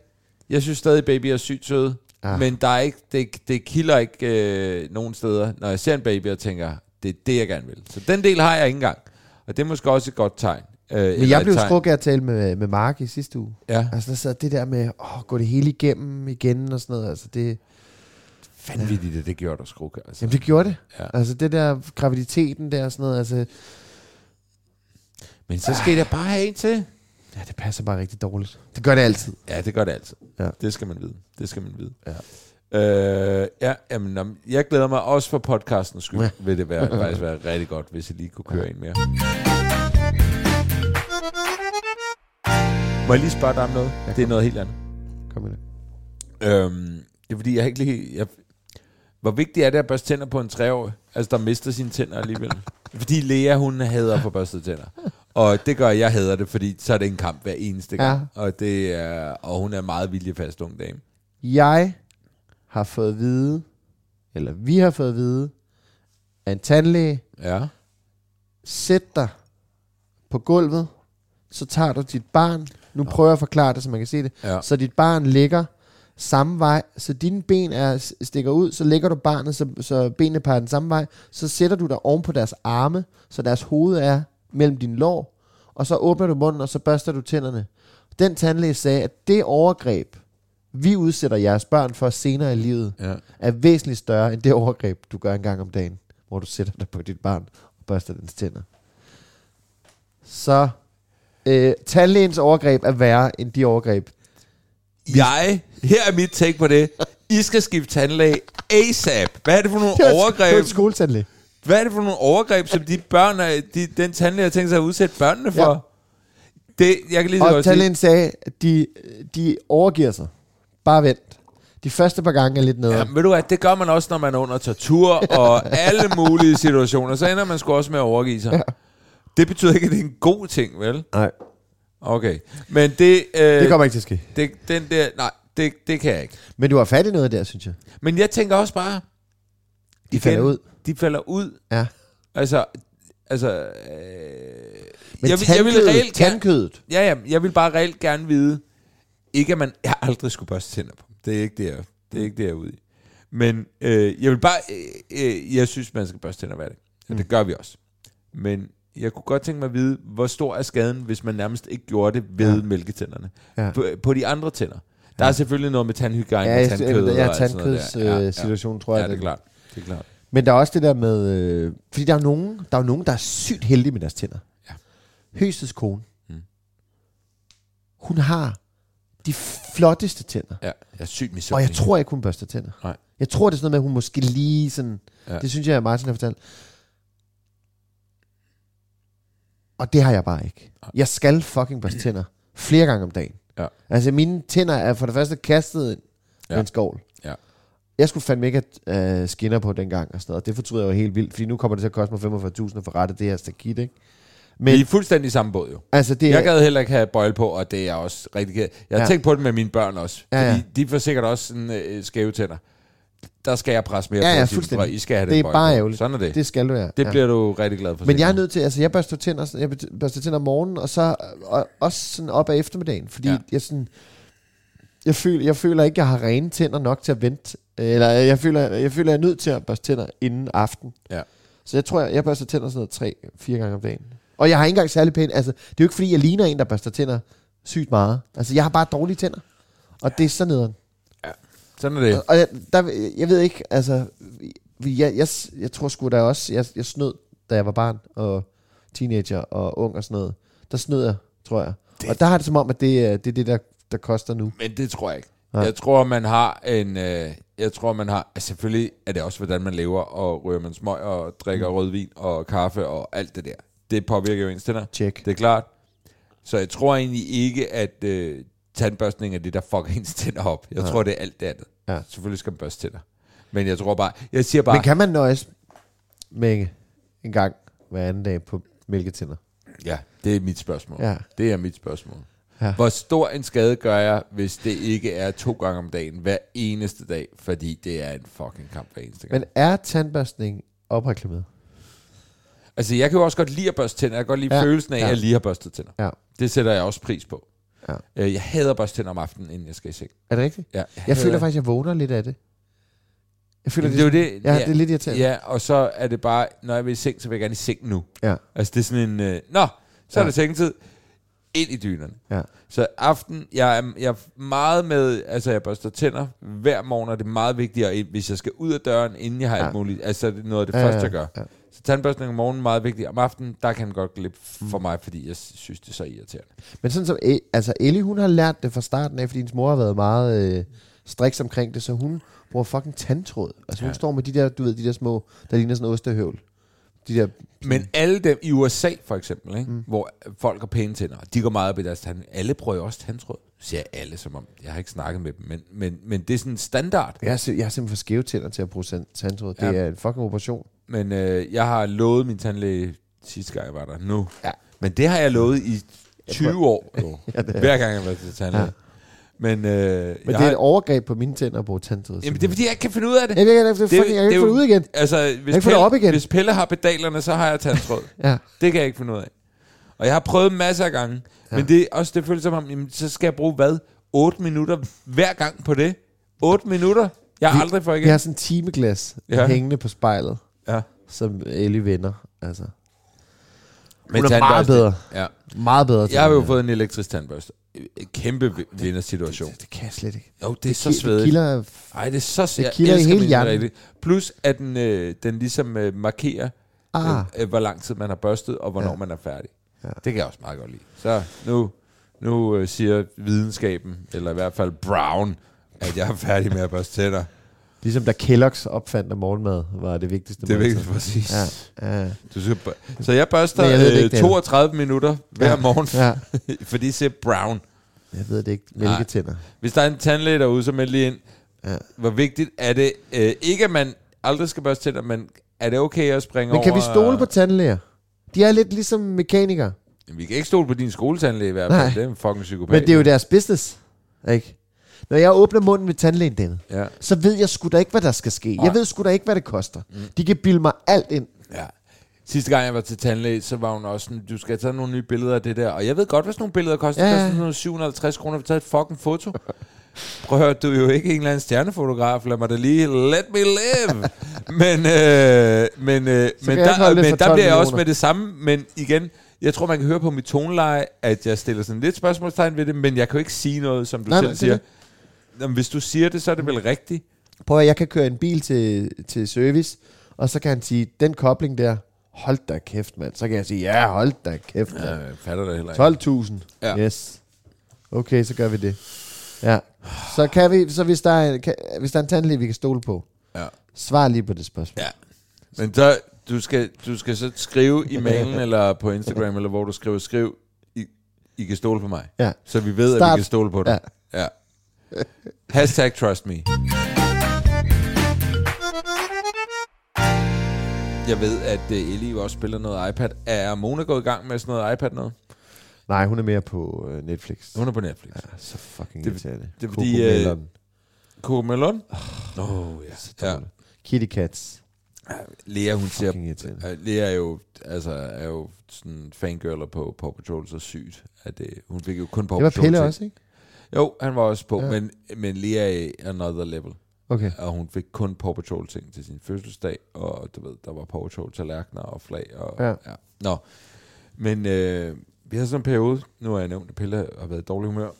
A: jeg synes stadig, baby er sygt søde. Ah.
B: Ah.
A: Men der er ikke, det, det kilder ikke øh, nogen steder, når jeg ser en baby og tænker, det er det, jeg gerne vil. Så den del har jeg ikke engang. Og det er måske også et godt tegn. Øh,
B: Men jeg blev strukket af at tale med, med Mark i sidste uge.
A: Ja.
B: Altså, der sad det der med, åh, gå det hele igennem igen og sådan noget. Altså, det,
A: Vanvittigt, det, det gjorde dig skruk. Altså.
B: jamen, det gjorde det.
A: Ja.
B: Ja. Altså, det der graviditeten der og sådan noget, altså,
A: Men så skal jeg bare have en til.
B: Ah, ja, det passer bare rigtig dårligt. Det gør det altid.
A: Ja, det gør det altid. Ja.
B: Ja.
A: Det skal man vide. Det skal man vide.
B: Ja.
A: Øh, ja, jamen, om- jeg glæder mig også for podcastens skyld. Ja.
B: Ja.
A: Vil det
B: [laughs]
A: være, faktisk være rigtig godt, hvis jeg lige kunne køre ja. en mere. Må jeg lige spørge dig om noget? Ja. Det er noget helt andet.
B: Kom med det.
A: Øhm, det er fordi, jeg har ikke lige... Jeg, hvor vigtigt er det at børste tænder på en treårig? Altså, der mister sine tænder alligevel.
B: [laughs]
A: fordi Lea, hun hader at få børstet tænder. Og det gør, at jeg hader det, fordi så er det en kamp hver eneste gang. Ja. Og, det er, og hun er meget viljefast ung dame.
B: Jeg har fået at vide eller vi har fået at vide af en tandlæge,
A: Ja.
B: sæt dig på gulvet, så tager du dit barn. Nu prøver jeg at forklare det, så man kan se det.
A: Ja.
B: Så dit barn ligger samme vej, så dine ben er, stikker ud, så lægger du barnet, så, så benene peger den samme vej, så sætter du dig oven på deres arme, så deres hoved er mellem dine lår, og så åbner du munden, og så børster du tænderne. Den tandlæge sagde, at det overgreb, vi udsætter jeres børn for senere i livet,
A: Ja.
B: er væsentligt større end det overgreb, du gør en gang om dagen, hvor du sætter dig på dit barn og børster dens tænder. Så øh, tandlægens overgreb er værre end de overgreb.
A: Jeg, her er mit take på det. I skal skifte tandlæge ASAP. Hvad er det for nogle
B: [laughs] Det var en- Det var
A: overgreb?
B: en skoletandlæge.
A: Hvad er det for nogle overgreb, som de børn, er, de, den tandlæge har tænkt sig at udsætte børnene for?
B: Ja.
A: Det, jeg kan lige så
B: Og
A: godt sige,
B: tandlægen sagde, at de, de overgiver sig. Bare vent. De første par gange er lidt nede.
A: Ja, ved du hvad, det gør man også, når man er under
B: [laughs]
A: tortur og alle mulige situationer. Så ender man sgu også med at overgive sig. Ja. Det betyder ikke, at det er en god ting, vel?
B: Nej,
A: Okay. Men det... Øh,
B: det kommer ikke til at ske.
A: det, den der, nej, det, det kan jeg ikke.
B: Men du har fat i noget der, synes jeg.
A: Men jeg tænker også bare...
B: De falder ud.
A: De falder ud.
B: Ja.
A: Altså... Altså... Øh,
B: Men
A: jeg, vil- jeg vil
B: tandkødet-
A: reelt gerne,
B: tandkødet.
A: ja, ja, jeg vil bare reelt gerne vide, ikke at man, jeg har aldrig skulle børste tænder på. Det er ikke det, jeg, det er ikke det, jeg er ude i. Men øh, jeg vil bare, øh, øh, jeg synes, man skal børste tænder hver dag. Og
B: Mm.
A: det gør vi også. Men jeg kunne godt tænke mig at vide, hvor stor er skaden, hvis man nærmest ikke gjorde det ved ja. mælketænderne. Ja.
B: Ja.
A: På, på de andre tænder. Der er selvfølgelig noget med tandhygiejne
B: Ja,
A: og
B: jeg-
A: tandkød.
B: jeg- jeg-
A: og alt sådan noget der.
B: tandkøds, øh, situation, tror jeg,
A: Ja, det er
B: den-
A: klart. Det er klart.
B: Men der er også det der med... Øh, fordi der er, jo nogen, der er jo nogen, der er sygt heldige med deres tænder.
A: Ja. Mm.
B: Høstets kone. Hun har de flotteste tænder.
A: Ja, jeg er sygt misundelig.
B: Og jeg tror ikke, hun børster tænder.
A: Nej.
B: Jeg tror, det er sådan noget med, at hun måske lige sådan...
A: Ja.
B: Ja. Det synes jeg, at Martin har fortalt. Og det har jeg bare ikke. Jeg skal fucking børste tænder flere gange om dagen.
A: Ja.
B: Altså, mine tænder er for det første kastet ind
A: Ja.
B: ja. med en skovl.
A: Ja.
B: Jeg skulle fandme ikke have øh, skinner på dengang og sådan noget. Det fortryder jeg jo helt vildt, fordi nu kommer det til at koste mig 45.000 at forrette det her stakit, ikke?
A: Vi
B: Men
A: er fuldstændig i samme båd jo.
B: altså, det er...
A: Jeg gad heller ikke have bøjle på, og det er jeg også rigtig ked. Jeg har ja.
B: Ja.
A: tænkt på det med mine børn også. Ja,
B: Ja,
A: ja.
B: ja.
A: Fordi de får sikkert også sådan øh, skæve tænder. Der skal jeg presse mere
B: Ja,
A: på.
B: ja,
A: og sige,
B: fuldstændig.
A: "Prøv, I skal have
B: det
A: den
B: er
A: bøjle
B: bare
A: på."
B: ærgerligt.
A: Sådan er det.
B: Det
A: det.
B: skal du, ja.
A: Det
B: ja.
A: bliver du rigtig glad for.
B: Men jeg er
A: sikkert.
B: nødt til, altså jeg børster tænder, jeg børster tænder om morgenen, og så og, også sådan op af eftermiddagen, fordi
A: Ja.
B: ja. jeg sådan, jeg føler, jeg føler ikke, jeg har rene tænder nok til at vente, eller jeg føler, jeg føler, jeg er nødt til at børste tænder inden aften.
A: Ja.
B: Så jeg tror, jeg, jeg børster tænder sådan noget tre, fire gange om dagen. Og jeg har ikke engang særlig pæn, altså det er jo ikke fordi, jeg ligner en, der børster tænder sygt meget. Altså jeg har bare dårlige tænder. Og ja. det er sådan nederen.
A: Sådan er det.
B: Og jeg, der, jeg ved ikke, altså, vi- jeg, jeg, jeg tror sgu da også, jeg, jeg snød, da jeg var barn og teenager og ung og sådan noget. Der snød jeg, tror jeg. Det. Og der har det som om, at det, er- det er det, der, der koster nu.
A: Men det tror jeg ikke. Ja.
B: Nej.
A: Jeg tror, man har en... Øh, jeg tror, man har... Altså, selvfølgelig er det også, hvordan man lever, og ryger man smøg, og drikker mm. rødvin, og kaffe, og alt det der. Det påvirker jo ens tænder.
B: Check.
A: Det er klart. Så jeg tror egentlig ikke, at øh, tandbørstning er det, der fucker ens tænder op. Jeg ja. tror, det er alt det andet. Ja.
B: Ja.
A: Selvfølgelig skal man børste tænder. Men jeg tror bare... Jeg siger bare...
B: Men kan man nøjes med en gang hver anden dag på mælketænder?
A: Ja, det er mit spørgsmål.
B: Ja.
A: Det er mit spørgsmål. Ja.
B: Ja.
A: Hvor stor en skade gør jeg, hvis det ikke er to gange om dagen, hver eneste dag? Fordi det er en fucking kamp hver eneste gang.
B: Men er tandbørstning opreklameret?
A: Altså, jeg kan jo også godt lide at børste tænder. Jeg kan godt lide ja.
B: Ja,
A: følelsen af, ja.
B: ja.
A: at jeg lige har børstet tænder.
B: Ja.
A: Det sætter jeg også pris på.
B: Ja.
A: Øh, Jeg hader at børste tænder om aftenen, inden jeg skal i seng.
B: Er det rigtigt?
A: Ja,
B: Jeg
A: hader-
B: føler faktisk, jeg vågner lidt af det. Jeg føler,
A: Jamen, det er jo
B: sådan-
A: det.
B: Ja, det er lidt irriterende.
A: Ja, og så er det bare, når jeg vil i seng, så vil jeg gerne i seng nu.
B: Ja.
A: Altså, det er sådan en... Øh, nå, så ja. er
B: Ja.
A: det sengetid. Ind i dynerne.
B: ja.
A: Så aften, jeg er, jeg er meget med, altså jeg børster tænder hver morgen, og det er meget vigtigt, og hvis jeg skal ud af døren, inden jeg har ja. alt muligt, altså det er noget af det ja,
B: Ja,
A: første, jeg
B: ja,
A: gør. Ja. Så tandbørstning om morgenen er meget vigtigt. Om aftenen, der kan den godt glippe for mig, fordi jeg synes, det er så irriterende.
B: Men sådan som, E- altså Ellie, hun har lært det fra starten af, fordi hendes mor har været meget øh, striks omkring det, så hun bruger fucking tandtråd. Altså ja. hun står med de der, du ved, de der små, der ligner sådan en ostehøvl. De der,
A: Men alle dem i USA for eksempel, ikke? Mm. hvor folk har pæne tænder, og de går meget op i deres tand. Alle prøver jo også tandtråd. Nu siger jeg alle, som om jeg har ikke snakket med dem, men, men, men det er sådan en standard.
B: jeg, er, sim- jeg er simpelthen for skæve tænder til at bruge sand- tandtråd. Det
A: Ja.
B: er en fucking operation.
A: Men øh, jeg har lovet min tandlæge sidste gang, jeg var der nu.
B: [laughs]
A: Ja. Men det har jeg lovet i 20 år, jo. hver gang jeg har været til tandlæge. Ja. Men, øh, men
B: Men det er et overgreb på mine tænder at bruge tandtråd.
A: Jamen, det er fordi, jeg ikke kan finde ud af det.
B: Jeg kan ikke jeg kan
A: Det er jo-
B: fucking- jeg kan
A: det er
B: ikke få
A: jo-
B: det ud igen.
A: Altså, hvis,
B: ikke få det
A: Pelle,
B: op igen.
A: hvis Pelle har pedalerne, så har jeg tandtråd.
B: Ja.
A: Det kan jeg ikke finde ud af. Og jeg har prøvet masser af gange. Ja. Men det er også det føles som om, jamen, så skal jeg bruge hvad? 8 minutter hver gang på det? 8 minutter? Jeg har aldrig fået
B: Vi har
A: igen.
B: sådan en timeglas
A: Ja.
B: ja. hængende på spejlet,
A: Ja.
B: som Ellie vender. Altså.
A: Men
B: Hun er meget
A: tandbørste-
B: bedre.
A: Ja.
B: Meget bedre. til
A: Jeg har
B: det
A: jo
B: her.
A: fået en elektrisk tandbørste. En Kæmpe vi- vindersituation.
B: Det kan jeg slet ikke.
A: Jo, det er så
B: Det
A: svedigt.
B: kilder
A: Ej, det er så s-
B: Det
A: jeg
B: kilder i
A: elsker
B: hele
A: min
B: hjernen.
A: rigtig. Plus, at den, øh, den ligesom øh, markerer, ah.
B: Ah.
A: øh, hvor lang tid man har børstet, og hvornår ja. man er færdig. Ja. Det kan jeg også meget godt lide. Så nu, nu øh, siger videnskaben, eller i hvert fald Brown, at jeg er færdig med at børste
B: [laughs]
A: tænder.
B: Ligesom da Kellogg's opfandt, at morgenmad var det vigtigste.
A: Det er
B: måltid.
A: vigtigt, præcis.
B: Ja,
A: Ja.
B: ja.
A: Du skal, bør- så jeg børster
B: Men jeg ved det
A: jeg øh,
B: ikke, det er
A: 32 minutter hver
B: Ja.
A: morgen,
B: Ja.
A: [laughs] fordi siger Brown.
B: Jeg ved det ikke. Mælketænder.
A: Hvis der er en tandlæge derude, så meld lige ind. Ja. Hvor vigtigt er det? Øh, ikke at man aldrig skal børste tænder, men er det okay at springe
B: Men
A: over? øh,
B: kan vi stole på tandlæger? De er lidt ligesom mekanikere.
A: Jamen, Vi kan ikke stole på din skoletandlæge i hvert
B: Nej.
A: fald. Det er en fucking psykopat.
B: Men det er jo deres business, ikke? Når jeg åbner munden ved tandlægen, David,
A: Ja.
B: så ved jeg sgu da ikke, hvad der skal ske. Jeg ved sgu da ikke, hvad det koster. De kan bilde mig alt ind.
A: Ja. Sidste gang jeg var til tandlæge, så var hun også sådan, du skal tage nogle nye billeder af det der. Og jeg ved godt, hvad sådan nogle billeder koster.
B: Ja,
A: Ja.
B: ja.
A: Det koster sådan nogle 750 kroner for at tage et fucking foto. Prøv at høre, du er jo ikke en eller anden stjernefotograf. Lad mig da lige let me live. men øh, men, øh, men,
B: jeg ikke
A: der,
B: holde det
A: men
B: for
A: der
B: 12
A: bliver jeg også
B: millioner.
A: med det samme. Men igen, jeg tror, man kan høre på mit toneleje, at jeg stiller sådan lidt spørgsmålstegn ved det, men jeg kan jo ikke sige noget, som du
B: Nej,
A: nej, selv
B: nej, det er
A: siger. Jamen, hvis du siger det, så er det vel rigtigt.
B: Prøv at jeg kan køre en bil til, til service, og så kan han sige, den kobling der, hold da kæft, mand. Så kan jeg sige, ja, hold da kæft, mand.
A: Jeg fatter det heller ikke.
B: 12.000.
A: Ja.
B: Ja. Yes. Okay, så gør vi det. Ja. Så, kan vi, så hvis, der er, kan, hvis der er en tandlæge, vi kan stole på,
A: Ja.
B: svar lige på det spørgsmål.
A: Ja. Men så, du skal, du skal så skrive i [laughs] mailen eller på Instagram, eller hvor du skriver, skriv, I, I kan stole på mig.
B: Ja.
A: Så vi ved, at
B: Start.
A: vi kan stole på dig. Ja. ja. Hashtag trust me. Jeg ved, at øh, Ellie jo også spiller noget iPad. Er Mona gået i gang med sådan noget iPad noget?
B: Nej, hun er mere på øh, Netflix. Ah,
A: Hun er på Netflix. Ja.
B: Så fucking
A: Det-
B: irriterende.
A: det er fordi, øh, Coco Melon? Åh, oh, ja. ja.
B: Kitty Cats.
A: Øh, Lea, hun ser...
B: Fucking irriterende.
A: Øh, Lea er jo, altså, er jo sådan fangirler på Paw Patrol så sygt, at øh, hun fik jo kun Paw
B: Det var
A: Patrol
B: Pelle
A: til.
B: også, ikke?
A: Jo, han var også på, ja.
B: Ja.
A: men, men Lea er another level.
B: Okay.
A: Og hun fik kun Paw Patrol ting til sin fødselsdag, og du ved, der var Paw Patrol tallerkener og flag. Og,
B: Ja.
A: Nå. Men øh, vi har sådan en periode, nu har jeg nævnt, at Pelle har været i dårlig humør,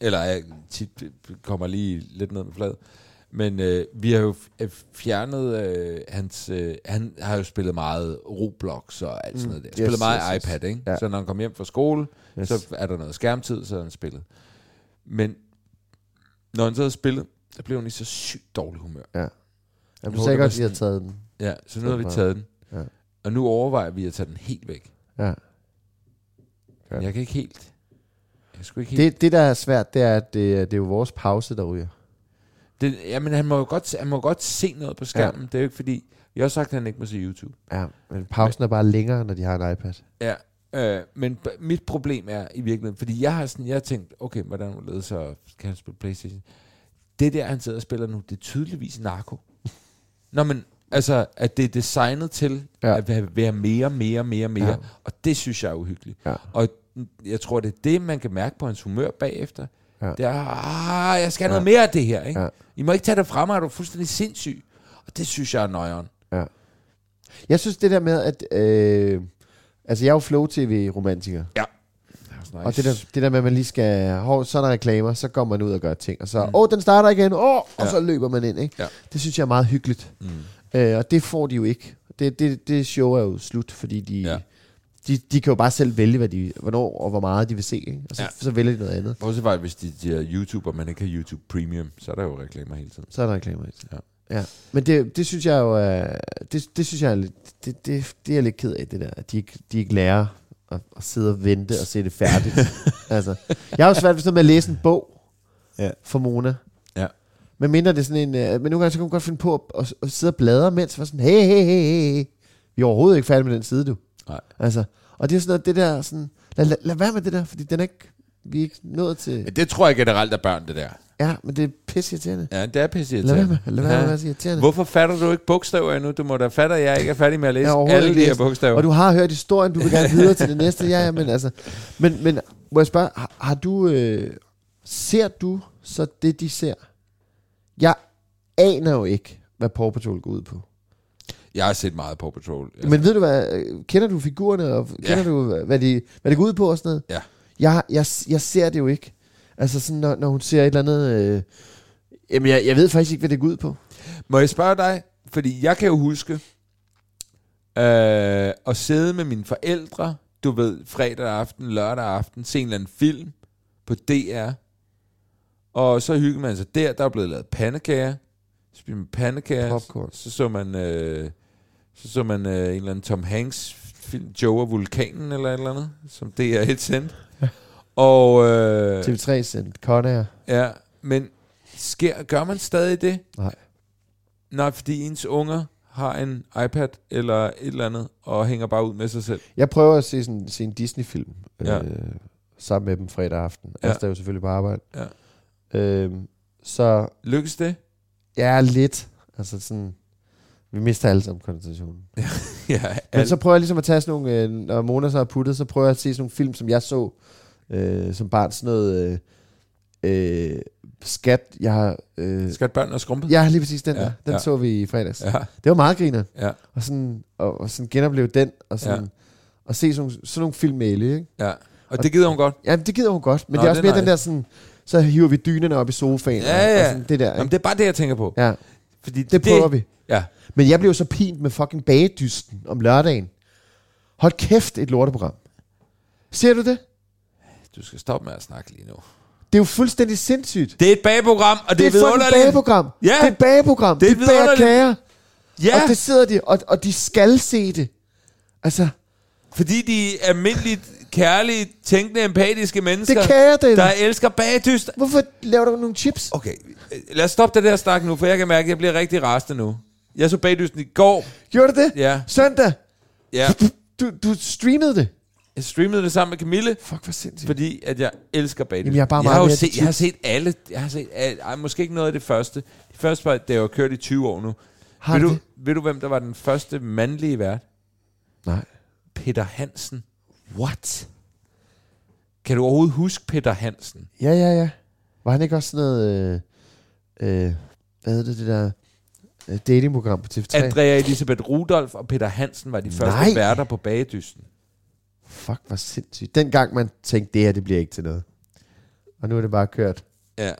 A: eller jeg tit kommer lige lidt ned med flad. Men øh, vi har jo f- fjernet øh, hans... Øh, han har jo spillet meget Roblox og alt sådan noget der. Spillet
B: Mm. Yes,
A: meget
B: yes, yes.
A: iPad, ikke? Ja.
B: Ja.
A: Så når han kom hjem fra skole, yes.
B: Yes.
A: så er der noget skærmtid, så er han spillet. Men når han så havde spillet, så blev han i så sygt dårlig humør.
B: Jamen,
A: Hvor
B: du sagde
A: det var
B: godt, at I havde taget den.
A: Ja, så nu har vi
B: Sådan.
A: taget den. Ja.
B: Ja.
A: Og nu overvejer vi at tage den helt væk.
B: Ja.
A: Ja. Jeg kan ikke helt... Jeg kan sgu ikke helt...
B: Det, det, der er svært, det er, at det, er- det er jo vores pause, der ryger.
A: Det, det, jamen, han må jo godt, se- han må godt se noget på skærmen. Ja. Det er jo ikke fordi... Vi har også sagt, at han ikke må se YouTube.
B: Ja, men pausen er bare længere, når de har en iPad.
A: Ja. Øh, men b- mit problem er i virkeligheden... Fordi jeg har sådan... Jeg har tænkt, okay, hvordan ledes så kan han spille Playstation? Det der, han sidder og spiller nu, det er tydeligvis narko. Nå, men altså, at det er designet til ja.
B: Ja.
A: at være- være mere, mere, mere, mere. Ja.
B: Ja.
A: Og det synes jeg er uhyggeligt.
B: Ja.
A: Og jeg tror, det er det, man kan mærke på hans humør bagefter. Ja.
B: Ja.
A: Det er, ah, jeg skal have noget mere af det her. Ikke? Ja.
B: Ja.
A: I må ikke tage det fra mig, er du er fuldstændig sindssyg. Og det synes jeg er nøjeren.
B: Ja. Jeg synes det der med, at... Øh, altså, jeg er jo Flow TV-romantiker.
A: Nice.
B: Og det der, det der med, at man lige skal... Hov, så er der reklamer, så går man ud og gør ting. Og så... Åh, mm. oh, den starter igen! Åh! Oh, og
A: Ja.
B: så løber man ind, ikke?
A: Ja.
B: Det synes jeg er meget hyggeligt. Mm. Øh, og det får de jo ikke. Det, det, det show er jo slut, fordi de...
A: Ja.
B: Ja. De, de kan jo bare selv vælge, hvad de, hvornår og hvor meget de vil se, ikke? og så,
A: Ja.
B: ja. så vælger de noget andet.
A: Bortset fra, at hvis de, de er YouTube, og man ikke har YouTube Premium, så er der jo reklamer hele tiden.
B: Så er der reklamer i det.
A: Ja.
B: ja. Men det, det synes jeg jo, er- det, det synes jeg er lidt, det, det, det er jeg lidt ked af, det der, at de ikke, de ikke lærer at, at sidde og vente og se det
A: [laughs]
B: færdigt. altså, jeg har jo svært ved sådan noget med at læse en bog
A: Ja.
B: for Mona.
A: Ja.
B: Men mindre det er sådan en, øh, men nogle gange så kan hun godt finde på at, at, at sidde og bladre, mens var sådan, hey, hey, hey, hey, hey. vi er overhovedet ikke færdige med den side, du.
A: Nej.
B: Altså, og det er sådan noget, det der sådan, lad, lad, lad være med det der, fordi den er ikke, Vi er ikke nået til...
D: Men det tror jeg generelt er børn, det der.
B: Ja, men det er pisseirriterende.
A: Ja, det er pisse
B: Lad være med, lad være med at
A: ja.
B: være så irriterende.
A: Hvorfor fatter du ikke bogstaver endnu? Du må da fatte, at jeg ikke er færdig med at læse
B: Jeg har overhovedet
A: alle
B: ikke
A: de her
B: læst.
A: bogstaver.
B: Og du har hørt historien, du vil gerne videre til det næste. Ja, ja, men altså... Men, men må jeg spørge, har, har du... Øh, ser du så det, de ser? Jeg aner jo ikke, hvad Paw Patrol går ud på.
D: Jeg har set meget på Patrol. Altså,
B: Men ved du hvad, øh, kender du figurerne, og kender
D: Ja.
B: du, hvad, de, hvad det går ud på og sådan noget?
D: Ja.
B: Jeg, jeg, jeg ser det jo ikke. Altså sådan, når, når hun ser et eller andet... Øh, jamen, jeg, jeg ved faktisk ikke, hvad det går ud på.
A: Må jeg spørge dig? Fordi jeg kan jo huske øh, at sidde med mine forældre, du ved, fredag aften, lørdag aften, se en eller anden film på DR. Og så hyggede man sig der, der er blevet lavet pandekager. Så spiste man pandekager.
B: Popcorn.
A: Så så man, øh, så så man øh, en eller anden Tom Hanks film, Joe og Vulkanen eller et eller andet, som DR1 sendte. Og øh,
B: TV3 sendt Conair.
A: Ja, men sker, gør man stadig det?
B: Nej.
A: Nej, fordi ens unger har en iPad eller et eller andet, og hænger bare ud med sig selv.
B: Jeg prøver at se, sådan, se en Disney-film
A: Ja.
B: ja. øh, sammen med dem fredag aften.
A: Ja.
B: Ja. Altså, er jo selvfølgelig på arbejde.
A: Ja.
B: Øh, så
A: Lykkes
B: [laughs]
A: det?
B: jeg er lidt... Altså sådan... Vi mister alle sammen koncentrationen.
A: ja,
B: Men
A: alt.
B: så prøver jeg ligesom at tage sådan nogle... Øh, når Mona så har puttet, så prøver jeg at se sådan nogle film, som jeg så øh, som barn. Sådan noget... Øh, øh, skat, jeg har... Øh,
A: skal børn og skrumpet?
B: ja, lige præcis den
A: Ja,
B: ja, der.
A: ja.
B: Den ja. så vi i fredags. Ja.
A: ja.
B: Det var meget griner.
A: Ja.
B: Og sådan, og, og sådan genopleve den, og sådan...
A: Ja.
B: Ja. Og se sådan, nogle- sådan nogle film med Ellie, ikke?
A: ja. Og det gider hun godt.
B: Ja, det gider hun godt, men
A: Nå,
B: Nå, det er også
A: det er
B: mere den der sådan, så hiver vi dynerne op i sofaen
A: Ja,
B: og,
A: ja.
B: og sådan det der.
A: Jamen,
B: Ikke?
A: det er bare det, jeg tænker på.
B: Ja,
A: Fordi
B: det prøver vi.
A: Ja.
B: Men jeg blev jo så pint med fucking bagedysten om lørdagen. Hold kæft, et lorteprogram. Ser du det?
A: Du skal stoppe med at snakke lige nu.
B: Det er jo fuldstændig sindssygt.
A: Det er et bageprogram, og det,
B: Det er
A: det er
B: et fucking
A: vidunderligt.
B: bageprogram.
A: Ja.
B: Det er et bageprogram.
A: Det er
B: Det de bager
A: vidunderligt.
B: kager.
A: Ja,
B: Og det sidder de, og, og de skal se det. Altså,
A: fordi de er almindeligt kærlige, tænkende, empatiske mennesker,
B: det kager det.
A: der elsker bagdyst.
B: Hvorfor laver du nogle chips?
A: Okay, øh, lad os stoppe det der snak nu, for jeg kan mærke, at jeg bliver rigtig rasende nu. Jeg så bagdysten i går.
B: Gjorde du det?
A: Ja.
B: Søndag.
A: Ja,
B: Du, du streamede det.
A: jeg streamede det sammen med Camille,
B: Fuck, hvor sindssygt.
A: fordi at jeg elsker bagdysten.
B: Jamen, jeg er bare
A: jeg
B: meget
A: har, jo
B: mere
A: set,
B: til
A: jeg har set alle. Jeg har set alle. Ej, måske ikke noget af det første. Det første var, da jeg var kørt i 20 år nu.
B: Har
A: ved, du,
B: det-
A: ved du, hvem der var den første mandlige vært?
B: Nej.
A: Peter Hansen.
B: What?
A: Kan du overhovedet huske Peter Hansen?
B: Ja, ja, ja. Var han ikke også sådan noget... Øh, øh, hvad hedder det, det der øh, datingprogram på TV3?
A: Andrea Elisabeth Rudolf og Peter Hansen var de første
B: Nej.
A: værter på bagedysten.
B: Fuck, hvor sindssygt. Dengang man tænkte, det her, det bliver ikke til noget. Og nu er det bare kørt.
A: Ja.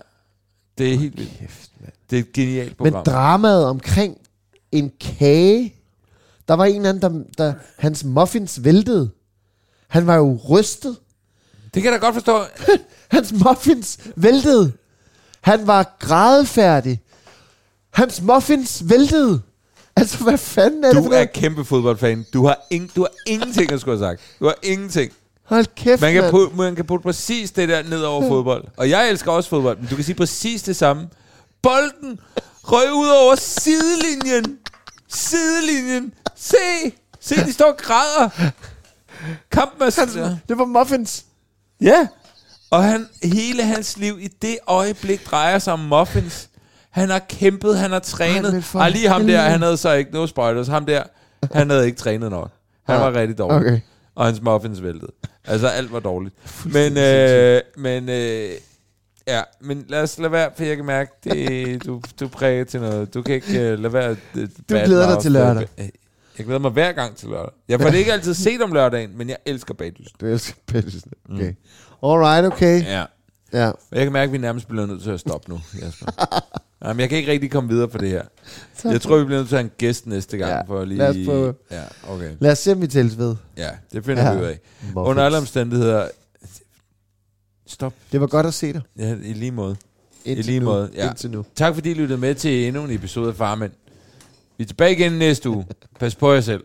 A: Det er helt vildt.
B: Kæft, mand.
A: Det er et genialt
B: Men
A: program.
B: dramaet omkring en kage... Der var en eller anden, der, der hans muffins væltede. Han var jo rystet.
A: Det kan jeg da godt forstå.
B: Hans muffins væltede. Han var grædefærdig. Hans muffins væltede. Altså, hvad fanden er det
A: Du
B: for
A: er
B: noget?
A: kæmpe fodboldfan. Du har, ing, du har ingenting at skulle have sagt. Du har ingenting.
B: Hold kæft,
A: Man kan,
B: mand.
A: putte, man kan putte præcis det der ned over fodbold. Og jeg elsker også fodbold, men du kan sige præcis det samme. Bolden røg ud over sidelinjen. Sidelinjen. Se. Se, de står og græder. Kampen er sådan.
B: Altså, Det var muffins.
A: Ja. Og han, hele hans liv i det øjeblik drejer sig om muffins. Han har kæmpet, han har
B: Ej,
A: trænet.
B: men for
A: Ej, lige ham der,
B: helvede.
A: han havde så ikke, no spoilers, ham der, han havde ikke trænet nok. Han var rigtig dårlig.
B: Ah, Okay.
A: Og hans muffins væltede. Altså, alt var dårligt. Men, øh, men, øh, ja, men lad os lade være, for jeg kan mærke, det, du, du præger til noget. Du kan ikke øh, lade være. Øh,
B: Du glæder dig til lørdag.
A: Jeg glæder mig hver gang til lørdag. Jeg får det ikke altid set om lørdagen, men jeg elsker baglyst.
B: Du elsker Pedersen. Okay. Mm. Alright, okay.
A: Ja.
B: Ja.
A: Og Jeg kan mærke, at vi nærmest bliver nødt til at stoppe nu,
B: [laughs]
A: Jasper. Jamen, jeg kan ikke rigtig komme videre på det her. Jeg tror, vi bliver nødt til at have en gæst næste gang.
B: Ja,
A: for lige...
B: lad os prøve.
A: Ja, okay.
B: Lad os se, om vi tælles ved.
A: Ja, det finder ja.
B: Ja.
A: vi ud af.
B: Muffins.
A: Under alle omstændigheder... Stop.
B: Det var godt at se dig.
A: Ja, i lige måde.
B: Indtil
A: lige
B: nu.
A: måde, ja.
B: Indtil nu.
A: Tak fordi I lyttede med til endnu en episode af Farmænd. Vi er tilbage igen næste uge. Pas på jer selv.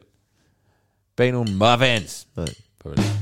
A: Bag nogle muffins.
B: Nej.
A: Farvel.